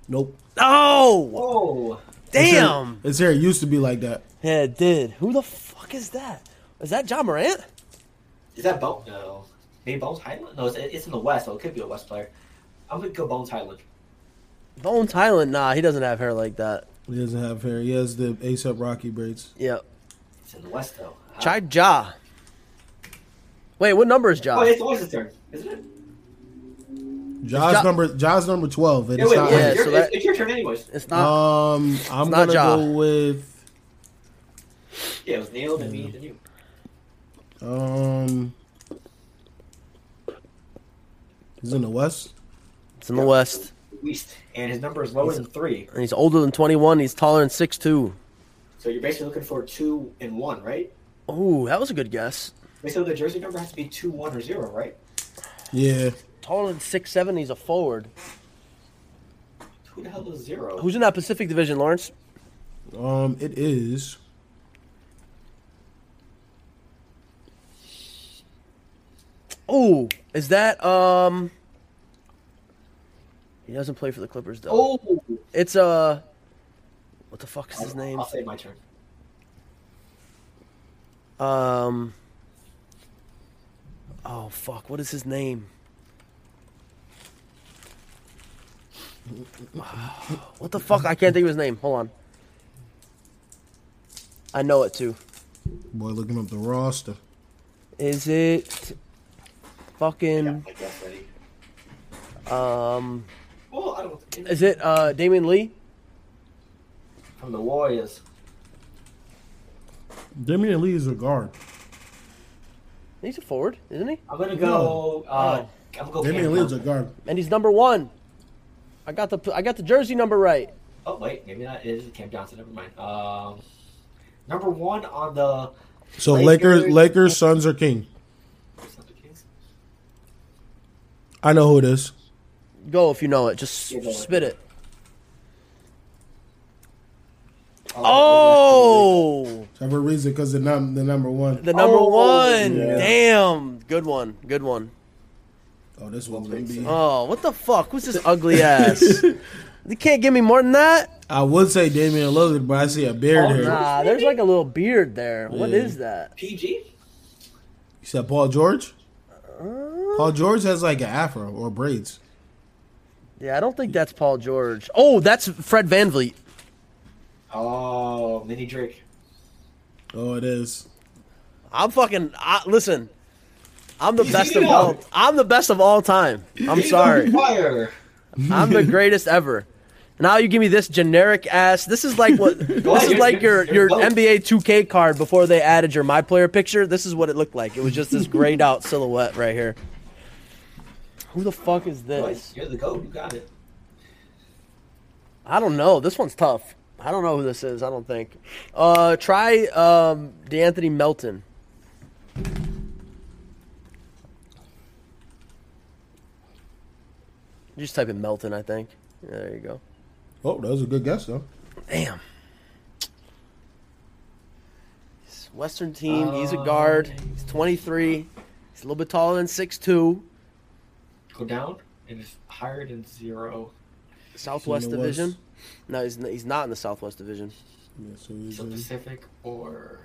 Speaker 1: Nope.
Speaker 3: Oh,
Speaker 2: Oh,
Speaker 3: damn.
Speaker 1: It's here. It used to be like that.
Speaker 3: Yeah, it did. Who the fuck is that? Is that John Morant?
Speaker 2: is that Bones? No, maybe Bones Highland. No, it's, it's in the West, so it could be a West player. I'm gonna go Bones Highland.
Speaker 3: Bones Highland? Nah, he doesn't have hair like that.
Speaker 1: He doesn't have hair. He has the ASAP Rocky braids.
Speaker 3: Yeah.
Speaker 2: It's in the West though. Uh, I-
Speaker 3: Try Ja. Wait, what number is Ja?
Speaker 2: Oh, it's always his turn, isn't it?
Speaker 1: Jaws
Speaker 3: Ja-
Speaker 1: number. Jaws number twelve. and
Speaker 2: Yeah,
Speaker 1: it's
Speaker 2: wait,
Speaker 1: not
Speaker 2: wait,
Speaker 3: Yeah,
Speaker 2: it's,
Speaker 1: him.
Speaker 2: your,
Speaker 3: so
Speaker 2: it's-
Speaker 3: that-
Speaker 2: it's your turn anyways.
Speaker 3: It's not.
Speaker 1: um, I'm
Speaker 3: not
Speaker 1: gonna
Speaker 3: Ja.
Speaker 1: go with
Speaker 2: Yeah, it was Neil and me and you.
Speaker 1: um. He's in the West.
Speaker 3: It's in the West.
Speaker 2: East, and his number is lower than three.
Speaker 3: And he's older than 21. He's taller than 6'2.
Speaker 2: So you're basically looking for two and one, right?
Speaker 3: Ooh, that was a good guess.
Speaker 2: Basically, the jersey number has to be two, one, or zero, right?
Speaker 1: Yeah.
Speaker 3: Taller than 6'7. He's a forward.
Speaker 2: Who the hell is zero?
Speaker 3: Who's in that Pacific Division, Lawrence?
Speaker 1: Um, it is.
Speaker 3: Oh, is that um? He doesn't play for the Clippers though.
Speaker 2: Oh,
Speaker 3: It's uh, what the fuck is his name?
Speaker 2: I'll say my turn.
Speaker 3: Um. Oh fuck! What is his name? What the fuck? I can't think of his name. Hold on. I know it too.
Speaker 1: Boy, looking up the roster.
Speaker 3: Is it
Speaker 2: Yeah,
Speaker 3: fucking
Speaker 2: I guess ready.
Speaker 3: um?
Speaker 2: Well, I don't.
Speaker 3: Is it uh Damian Lee?
Speaker 2: from the Warriors?
Speaker 1: Damian Lee is a guard.
Speaker 3: He's a forward, isn't he?
Speaker 2: I'm gonna go. Uh, I'm
Speaker 3: Oh.
Speaker 2: gonna go.
Speaker 1: Damian
Speaker 2: Cam
Speaker 1: Lee is a
Speaker 2: Thomas.
Speaker 1: guard.
Speaker 3: and he's number one. I got the I got the jersey number right.
Speaker 2: Oh wait, maybe that is Cam Johnson. Never mind. Um, number one on the.
Speaker 1: So
Speaker 2: Lakers-
Speaker 1: Lakers, Lakers, Suns, or King. I know who it is.
Speaker 3: Go if you know it. Just
Speaker 2: Yeah, go ahead.
Speaker 3: spit it.
Speaker 2: Oh,
Speaker 3: Oh,
Speaker 1: For a reason, because the num the number one.
Speaker 3: the number
Speaker 2: Oh,
Speaker 3: one.
Speaker 1: yeah.
Speaker 3: Damn, good one, good one.
Speaker 1: oh, this one would be.
Speaker 3: Oh, what the fuck? Who's this ugly ass? you can't give me more than that.
Speaker 1: I would say Damian Lillard, but I see a beard
Speaker 2: Oh,
Speaker 1: here.
Speaker 3: Nah, there's like a little beard there. What
Speaker 1: Yeah.
Speaker 3: is that?
Speaker 2: PG.
Speaker 1: You said Paul George.
Speaker 3: Uh,
Speaker 1: Paul George has like an afro or braids.
Speaker 3: Yeah, I don't think that's Paul George. Oh, that's Fred Van VanVleet.
Speaker 2: Oh, Mini Drake.
Speaker 1: Oh, it is.
Speaker 3: I'm fucking. I, listen, I'm the
Speaker 2: You
Speaker 3: best
Speaker 2: see
Speaker 3: of
Speaker 2: it
Speaker 3: all.
Speaker 2: all.
Speaker 3: I'm the best of all time. I'm sorry.
Speaker 2: Fire.
Speaker 3: I'm the greatest ever. Now you give me this generic ass. This is like what this is
Speaker 2: you're-
Speaker 3: like your
Speaker 2: you're
Speaker 3: your
Speaker 2: both.
Speaker 3: NBA 2K card before they added your my player picture. This is what it looked like. It was just this grayed out silhouette right here. Who the fuck is
Speaker 2: Boys,
Speaker 3: this?
Speaker 2: You're the goat. You got it.
Speaker 3: I don't know. This one's tough. I don't know who this is. I don't think. Uh, try um, DeAnthony Melton. Just type in Melton, I think. Yeah, there you go.
Speaker 1: Oh, that was a good guess though.
Speaker 3: Damn. This Western team. he's
Speaker 1: Oh,
Speaker 3: a guard. He's 23. He's a little bit taller than 6'2".
Speaker 2: Go down and it's higher than zero.
Speaker 3: Southwest
Speaker 1: He's in the
Speaker 3: Division.
Speaker 1: West.
Speaker 3: No, he's, n- he's not in the Southwest Division.
Speaker 1: Yeah, so he's
Speaker 2: So
Speaker 1: in-
Speaker 2: Pacific or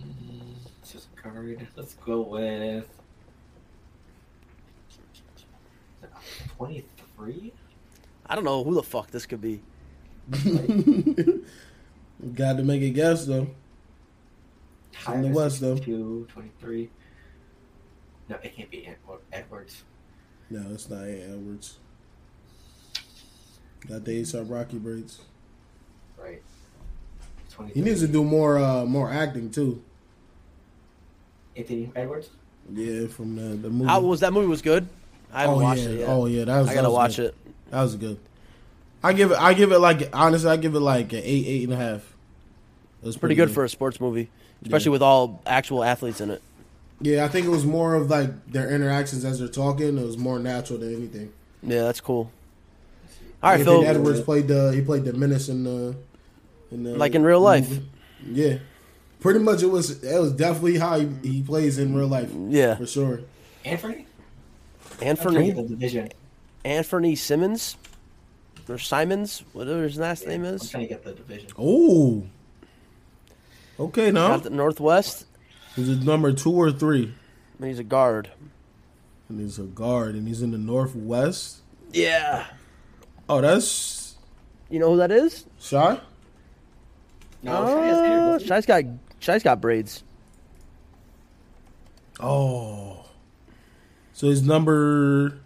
Speaker 2: Mm, it's just guard. Let's go with twenty-three.
Speaker 3: I don't know who the fuck this could be.
Speaker 1: Got to make a guess though.
Speaker 2: Higher
Speaker 1: in the
Speaker 2: than
Speaker 1: West, though.
Speaker 2: 62, 23. No, it can't be Ed- Edwards.
Speaker 1: No, it's not Ant Edwards. Got the ASAP Rocky braids.
Speaker 2: Right. Twenty.
Speaker 1: He needs to do more, uh, more acting too.
Speaker 2: Anthony Edwards.
Speaker 1: Yeah, from the, the movie.
Speaker 3: How was that movie? Was good. I haven't
Speaker 1: oh
Speaker 3: watched
Speaker 1: yeah,
Speaker 3: it yet.
Speaker 1: oh yeah, that was.
Speaker 3: I
Speaker 1: that
Speaker 3: gotta
Speaker 1: was
Speaker 3: watch
Speaker 1: good.
Speaker 3: it.
Speaker 1: That was good. I give it. I give it like honestly. I give it like an eight, eight and a half. It was
Speaker 3: Pretty good for a sports movie, especially
Speaker 1: Yeah.
Speaker 3: with all actual athletes in it.
Speaker 1: Yeah, I think it was more of like their interactions as they're talking. It was more natural than anything.
Speaker 3: Yeah, that's cool. All right,
Speaker 1: Anthony
Speaker 3: Phil.
Speaker 1: Edwards played the he played the menace in the, in the
Speaker 3: Like in real life.
Speaker 1: movie. Yeah, pretty much it was it was definitely how he, he plays in real life
Speaker 3: Yeah,
Speaker 1: for sure.
Speaker 2: Anthony.
Speaker 3: Anthony
Speaker 2: The division.
Speaker 3: Anthony Simmons or Simons, whatever his last name
Speaker 2: I'm
Speaker 3: is.
Speaker 2: trying to get the division.
Speaker 1: Oh, okay. Now
Speaker 3: Got the Northwest,
Speaker 1: he's a number two or three,
Speaker 3: and he's a guard.
Speaker 1: and he's a guard, and he's in the northwest.
Speaker 3: Yeah.
Speaker 1: Oh, that's
Speaker 3: You know who that is?
Speaker 1: shy.
Speaker 2: No, I'm trying to ask
Speaker 3: Oh,
Speaker 2: Edwards.
Speaker 3: Shai's got Shai's got braids.
Speaker 1: Oh, so he's number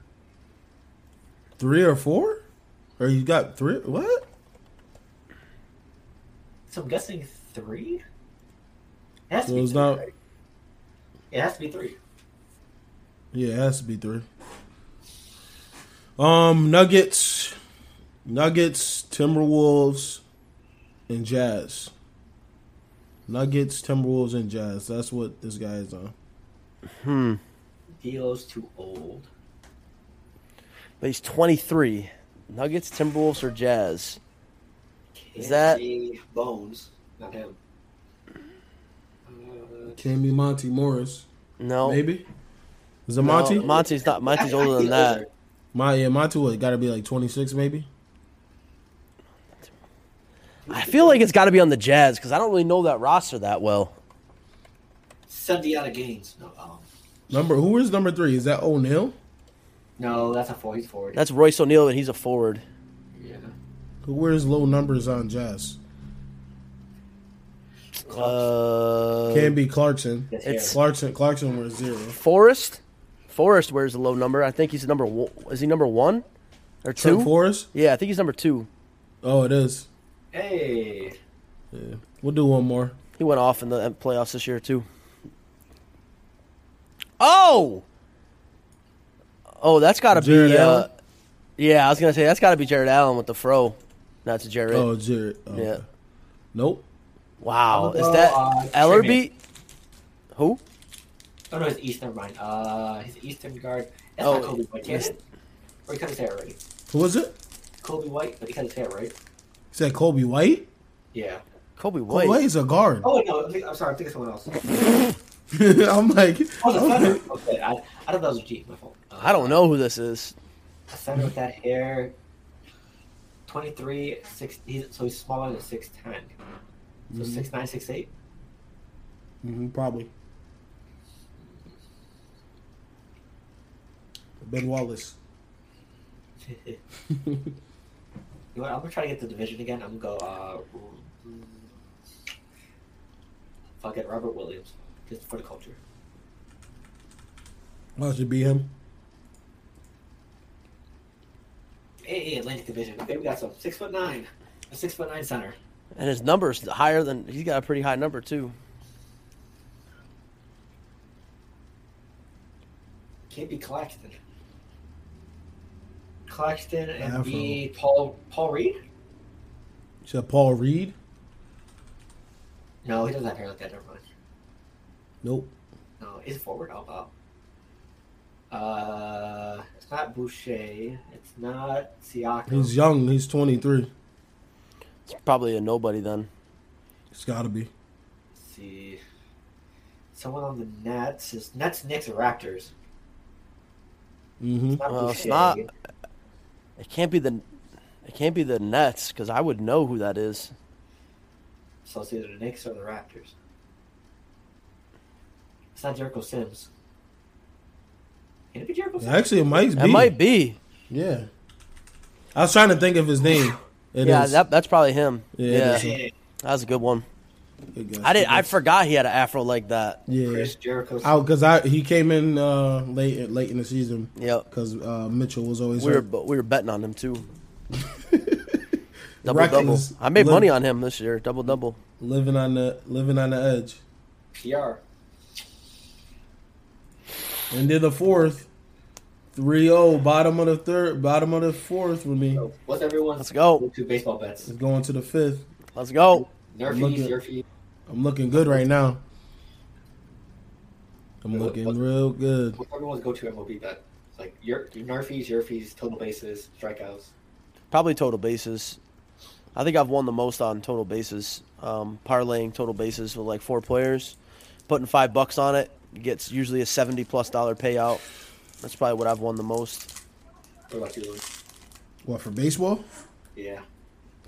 Speaker 1: three or four, or you got three? What?
Speaker 2: So I'm guessing three. It has to
Speaker 1: So
Speaker 2: be
Speaker 1: it's
Speaker 2: three,
Speaker 1: not-
Speaker 2: right? It has to be three.
Speaker 1: Yeah, it has to be three. Um, Nuggets, Nuggets, Timberwolves, and Jazz. Nuggets, Timberwolves, and Jazz. That's what this guy is on.
Speaker 3: Hmm.
Speaker 2: D'Lo's too old.
Speaker 3: But he's 23. Nuggets, Timberwolves, or Jazz. Is that-
Speaker 2: Anthony Bones? Not him. Uh,
Speaker 1: Can be Monty Morris,
Speaker 3: No.
Speaker 1: maybe. Is it
Speaker 3: No,
Speaker 1: Monty?
Speaker 3: Monty's not. Monty's older than that.
Speaker 1: My yeah, Monty. What? Got to be like twenty six, maybe.
Speaker 3: I feel like it's got to be on the Jazz because I don't really know that roster that well.
Speaker 2: Seventy out of gains. No, um,
Speaker 1: Number who is number three? Is that O'Neal?
Speaker 2: no, that's a four. He's forward.
Speaker 3: That's Royce O'Neal, and he's a forward.
Speaker 2: yeah.
Speaker 1: Who wears low numbers on Jazz?
Speaker 3: Uh,
Speaker 1: Can be Clarkson.
Speaker 2: That's
Speaker 3: it's-
Speaker 2: hair.
Speaker 1: Clarkson. Clarkson wears zero.
Speaker 3: Forrest. Forrest wears a low number. I think he's number one. Is he number one or
Speaker 1: Trent
Speaker 3: two?
Speaker 1: Forrest.
Speaker 3: Yeah, I think he's number two.
Speaker 1: Oh, it is.
Speaker 2: hey.
Speaker 1: Yeah. We'll do one more.
Speaker 3: He went off in the playoffs this year too. Oh, oh, that's got to
Speaker 1: Jared
Speaker 3: be. Uh,
Speaker 1: Allen?
Speaker 3: yeah, I was gonna say that's got to be Jared Allen with the fro. Not to Jared.
Speaker 1: Oh, Jared. Oh,
Speaker 3: Yeah.
Speaker 1: Nope.
Speaker 3: Wow, is
Speaker 2: Oh,
Speaker 3: that
Speaker 2: uh,
Speaker 3: Ellerby? Who?
Speaker 2: Oh no, it's East. Never mind. Uh, he's an Eastern guard. That's
Speaker 3: Oh,
Speaker 2: not Kobe White, can
Speaker 3: it's-
Speaker 2: it? Or he cut his hair already.
Speaker 1: Who was it?
Speaker 2: Kobe White, but he cut his hair, right?
Speaker 1: He said Kobe White.
Speaker 2: Yeah.
Speaker 1: Kobe
Speaker 3: Kobe White.
Speaker 1: White's a guard.
Speaker 2: Oh no, I'm, thinking- I'm sorry. I'm thinking of someone else.
Speaker 1: I'm like,
Speaker 2: Oh, the center.
Speaker 1: okay.
Speaker 2: Okay, I, I thought that was a G. My fault. Uh,
Speaker 3: I don't know who this is.
Speaker 2: A center with that hair. 23, six, he's, so he's smaller than 6'10. So
Speaker 1: Mhm.
Speaker 2: six nine, six eight.
Speaker 1: Mhm, probably. Ben Wallace.
Speaker 2: you know what? I'm gonna try to get the division again. I'm gonna go. Uh, mm, fuck it, Robert Williams, just for the culture.
Speaker 1: That should be him.
Speaker 2: Hey, hey, Atlantic Division. Okay, we got some six foot nine, a six foot nine center.
Speaker 3: And his number's higher than he's got a pretty high number too.
Speaker 2: Can't be Claxton. Claxton and
Speaker 1: Afro.
Speaker 2: be Paul Paul Reed.
Speaker 1: He said Paul Reed.
Speaker 2: No, he doesn't have hair like that. Never mind.
Speaker 1: Nope.
Speaker 2: No, he's a forward. Oh, wow. Uh, it's not Boucher. It's not Siakam.
Speaker 1: He's young. He's 23.
Speaker 3: It's probably a nobody then.
Speaker 1: It's got to be.
Speaker 2: Let's see, someone on the Nets is Nets, Knicks, or Raptors.
Speaker 1: Mm-hmm.
Speaker 2: It's not
Speaker 3: Well, it's
Speaker 2: Boucher.
Speaker 3: not- It can't be the. It can't be the Nets because I would know who that is.
Speaker 2: So it's either the Knicks or the Raptors. It's not Jericho Sims. Can it be Jericho Sims?
Speaker 1: Actually, it might be.
Speaker 3: It might be.
Speaker 1: Yeah. I was trying to think of his name. It
Speaker 3: yeah,
Speaker 1: is.
Speaker 3: that, that's probably him.
Speaker 1: Yeah, it
Speaker 3: Yeah,
Speaker 1: is.
Speaker 2: Yeah,
Speaker 3: that was a good one.
Speaker 1: Good guess.
Speaker 3: I did.
Speaker 1: Good
Speaker 3: I
Speaker 1: guess.
Speaker 3: forgot he had an afro like that.
Speaker 1: Yeah.
Speaker 2: Chris Jericho. Sims.
Speaker 1: Oh, because I he came in uh, late late in the season
Speaker 3: Yep.
Speaker 1: because uh, Mitchell was always
Speaker 3: We were
Speaker 1: hurt.
Speaker 3: bu- we were betting on him too. Double double.
Speaker 1: Reckons
Speaker 3: I made
Speaker 1: live-
Speaker 3: money on him this year. Double double.
Speaker 1: living on the living on the edge.
Speaker 2: PR.
Speaker 1: And then the fourth, 3-0, bottom of the third, bottom of the fourth for me.
Speaker 2: So what's everyone's
Speaker 3: Let's go.
Speaker 2: go-to baseball bets?
Speaker 1: It's going to the fifth.
Speaker 3: Let's go.
Speaker 1: Look
Speaker 2: Nerfies,
Speaker 1: at-
Speaker 2: Yerfies.
Speaker 1: I'm looking good right now. I'm
Speaker 2: What-
Speaker 1: looking
Speaker 2: what-
Speaker 1: real good.
Speaker 2: What's everyone's go-to MLB bet? Like your Nerfies, Yerfies, total bases, strikeouts.
Speaker 3: Probably total bases. I think I've won the most on total bases. Um, parlaying total bases with like four players, putting five bucks on it gets usually a seventy plus dollar payout. That's probably what I've won the most.
Speaker 2: What about you? Louis?
Speaker 1: What for baseball?
Speaker 2: Yeah.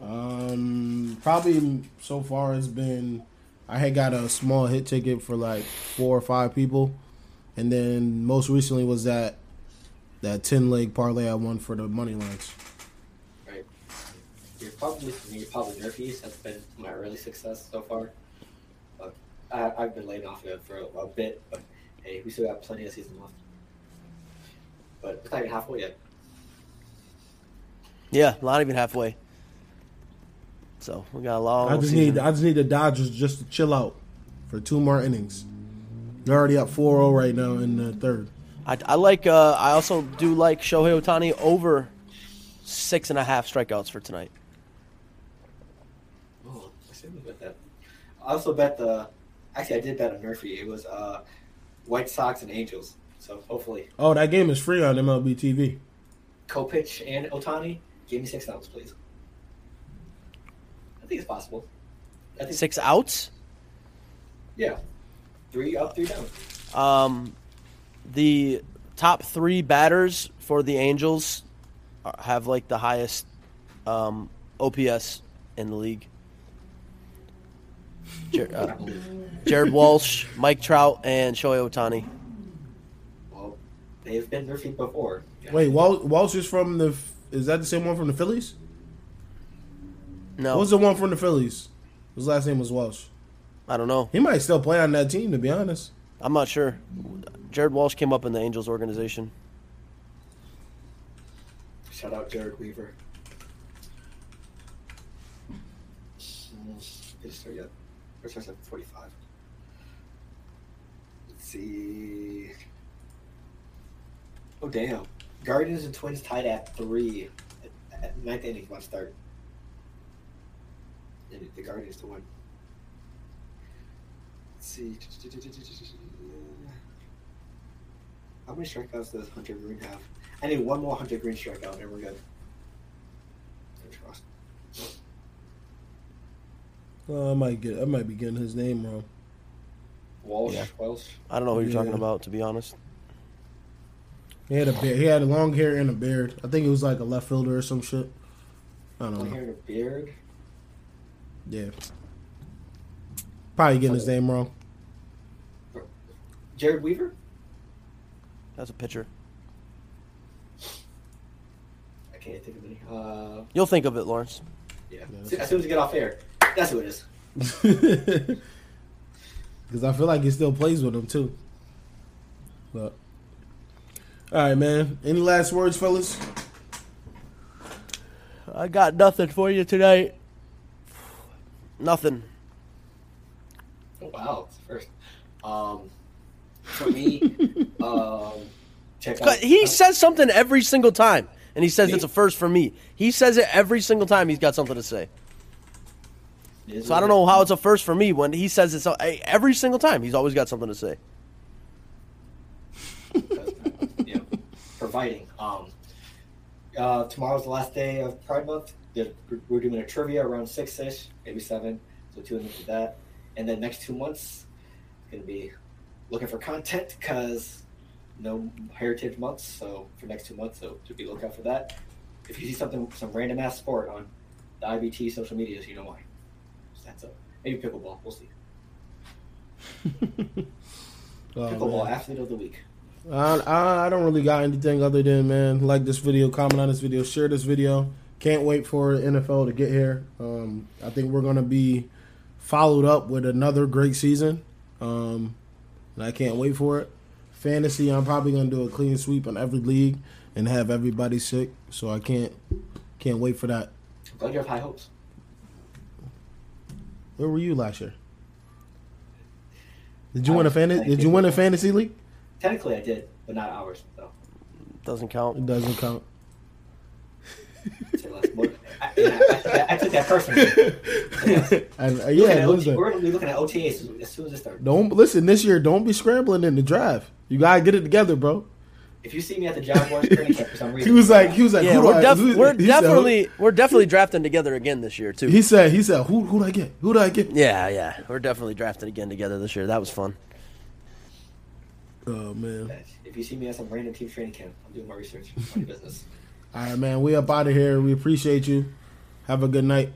Speaker 1: Um, probably so far it's been. I had got a small hit ticket for like four or five people, and then most recently was that that ten leg parlay I won for the money lines.
Speaker 2: Right. You're probably I mean, you're probably Nerfies. That's been my early success so far. But I, I've been laying off of it for a, a bit, but hey, we still got plenty of season left. But it's not even halfway yet.
Speaker 3: Yeah, not even halfway. So we got a long.
Speaker 1: I just
Speaker 3: season.
Speaker 1: need I just need the Dodgers just to chill out for two more innings. They're already up 4-0 right now in the third.
Speaker 3: I, I like. Uh, I also do like Shohei Otani over six and a half strikeouts for tonight.
Speaker 2: Oh, I should have bet that. I also bet the. Actually, I did bet a Nerfie. It was uh, White Sox and Angels. So hopefully,
Speaker 1: Oh, that game is free on MLB TV.
Speaker 2: Kopich and Otani, give me six outs, please. I think it's possible. I think
Speaker 3: Six outs.
Speaker 2: Yeah, three up, three down.
Speaker 3: Um, the top three batters for the Angels are- have like the highest um, OPS in the league. Jer- uh, Jared Walsh, Mike Trout, and Shohei Otani.
Speaker 2: Well, they've been Nerfing before. Yeah.
Speaker 1: Wait, Wal- Walsh is from the. Is that the same one from the Phillies?
Speaker 3: No,
Speaker 1: What was the one from the Phillies? His last name was Walsh.
Speaker 3: I don't know.
Speaker 1: He might still play on that team, to be honest.
Speaker 3: I'm not sure. Jared Walsh came up in the Angels organization.
Speaker 2: Shout out Jared Weaver. Did it start yet? Or it starts at 45. Let's see. Oh, damn. Guardians and Twins tied at three. At, at ninth inning, must start. And the Guardians to win. Let's see. How many strikeouts does Hunter Green have? I need one more Hunter Green strikeout, and we're good. Fingers crossed.
Speaker 1: Uh, I might get. I might be getting his name wrong.
Speaker 2: Walsh,
Speaker 3: Yeah.
Speaker 2: Welsh.
Speaker 3: I don't know who you're talking
Speaker 1: Yeah.
Speaker 3: about, to be honest.
Speaker 1: He had a beard. He had long hair and a beard. I think it was like a left fielder or some shit. I
Speaker 2: Long
Speaker 3: Uh-huh.
Speaker 1: don't
Speaker 2: hair
Speaker 1: know.
Speaker 2: and a beard.
Speaker 1: Yeah. Probably getting his name wrong.
Speaker 2: Jared Weaver?
Speaker 3: That's a pitcher.
Speaker 2: I can't think of any. Uh,
Speaker 3: You'll think of it, Lawrence.
Speaker 2: yeah.
Speaker 1: Yeah,
Speaker 2: As-
Speaker 1: that's-
Speaker 2: As soon as we get off air, that's who it is.
Speaker 1: Because I feel like he still plays with him too. But all right, man. Any last words, fellas?
Speaker 3: I got nothing for you tonight. Nothing.
Speaker 2: Oh, wow, it's the first. Um, for me, um, check out.
Speaker 3: But he says something every single time, and he says
Speaker 2: Me?
Speaker 3: it's a first for me. He says it every single time. He's got something to say. So I don't know how it's a first for me when he says it's a- every single time. He's always got something to say.
Speaker 2: yeah. fighting. Um, uh, tomorrow's the last day of Pride Month. There's- We're doing a trivia around six ish, maybe seven. So tune into that. And then next two months, it's gonna be looking for content because no Heritage months. So for next two months, so to be look out for that. If you see something, some random ass sport on the IBT social medias, you know why. So that's it. Maybe pickleball. We'll see. Pickleball
Speaker 1: Oh, man.
Speaker 2: athlete of the week.
Speaker 1: I, I, I don't really got anything other than man, like this video, comment on this video, share this video. Can't wait for NFL to get here. Um, I think we're gonna be followed up with another great season, um, and I can't wait for it. Fantasy, I'm probably gonna do a clean sweep on every league and have everybody sick. So I can't can't wait for that.
Speaker 2: I'm glad you have high hopes.
Speaker 1: Where were you last year? Did you win a fantasy? Did you win a fantasy league?
Speaker 2: Technically, I did, but not ours though.
Speaker 3: Doesn't
Speaker 1: It
Speaker 3: count.
Speaker 1: doesn't count.
Speaker 2: Say less. More- I, I- I- I took that personally.
Speaker 1: And uh,
Speaker 2: Looking
Speaker 1: yeah,
Speaker 2: at
Speaker 1: it was
Speaker 2: OT,
Speaker 1: a-
Speaker 2: we're gonna be looking at OTAs as soon as it starts.
Speaker 1: Don't listen this year. Don't be scrambling in the draft. You gotta get it together, bro.
Speaker 2: If you see me at the John Boy's training camp for some reason,
Speaker 1: He was like, he was like,
Speaker 3: Yeah,
Speaker 1: who do
Speaker 3: we're,
Speaker 1: I-
Speaker 3: def-
Speaker 1: who-
Speaker 3: we're
Speaker 1: he said, who-
Speaker 3: definitely we're definitely drafting together again this year too.
Speaker 1: he said, he said, who who do I get? Who do I get?
Speaker 3: Yeah, yeah, we're definitely drafting again together this year. That was fun.
Speaker 1: Oh man,
Speaker 2: if you see me at some random team training camp, I'm doing my research, my business.
Speaker 1: all right, man. We up out of here. We appreciate you. Have a good night.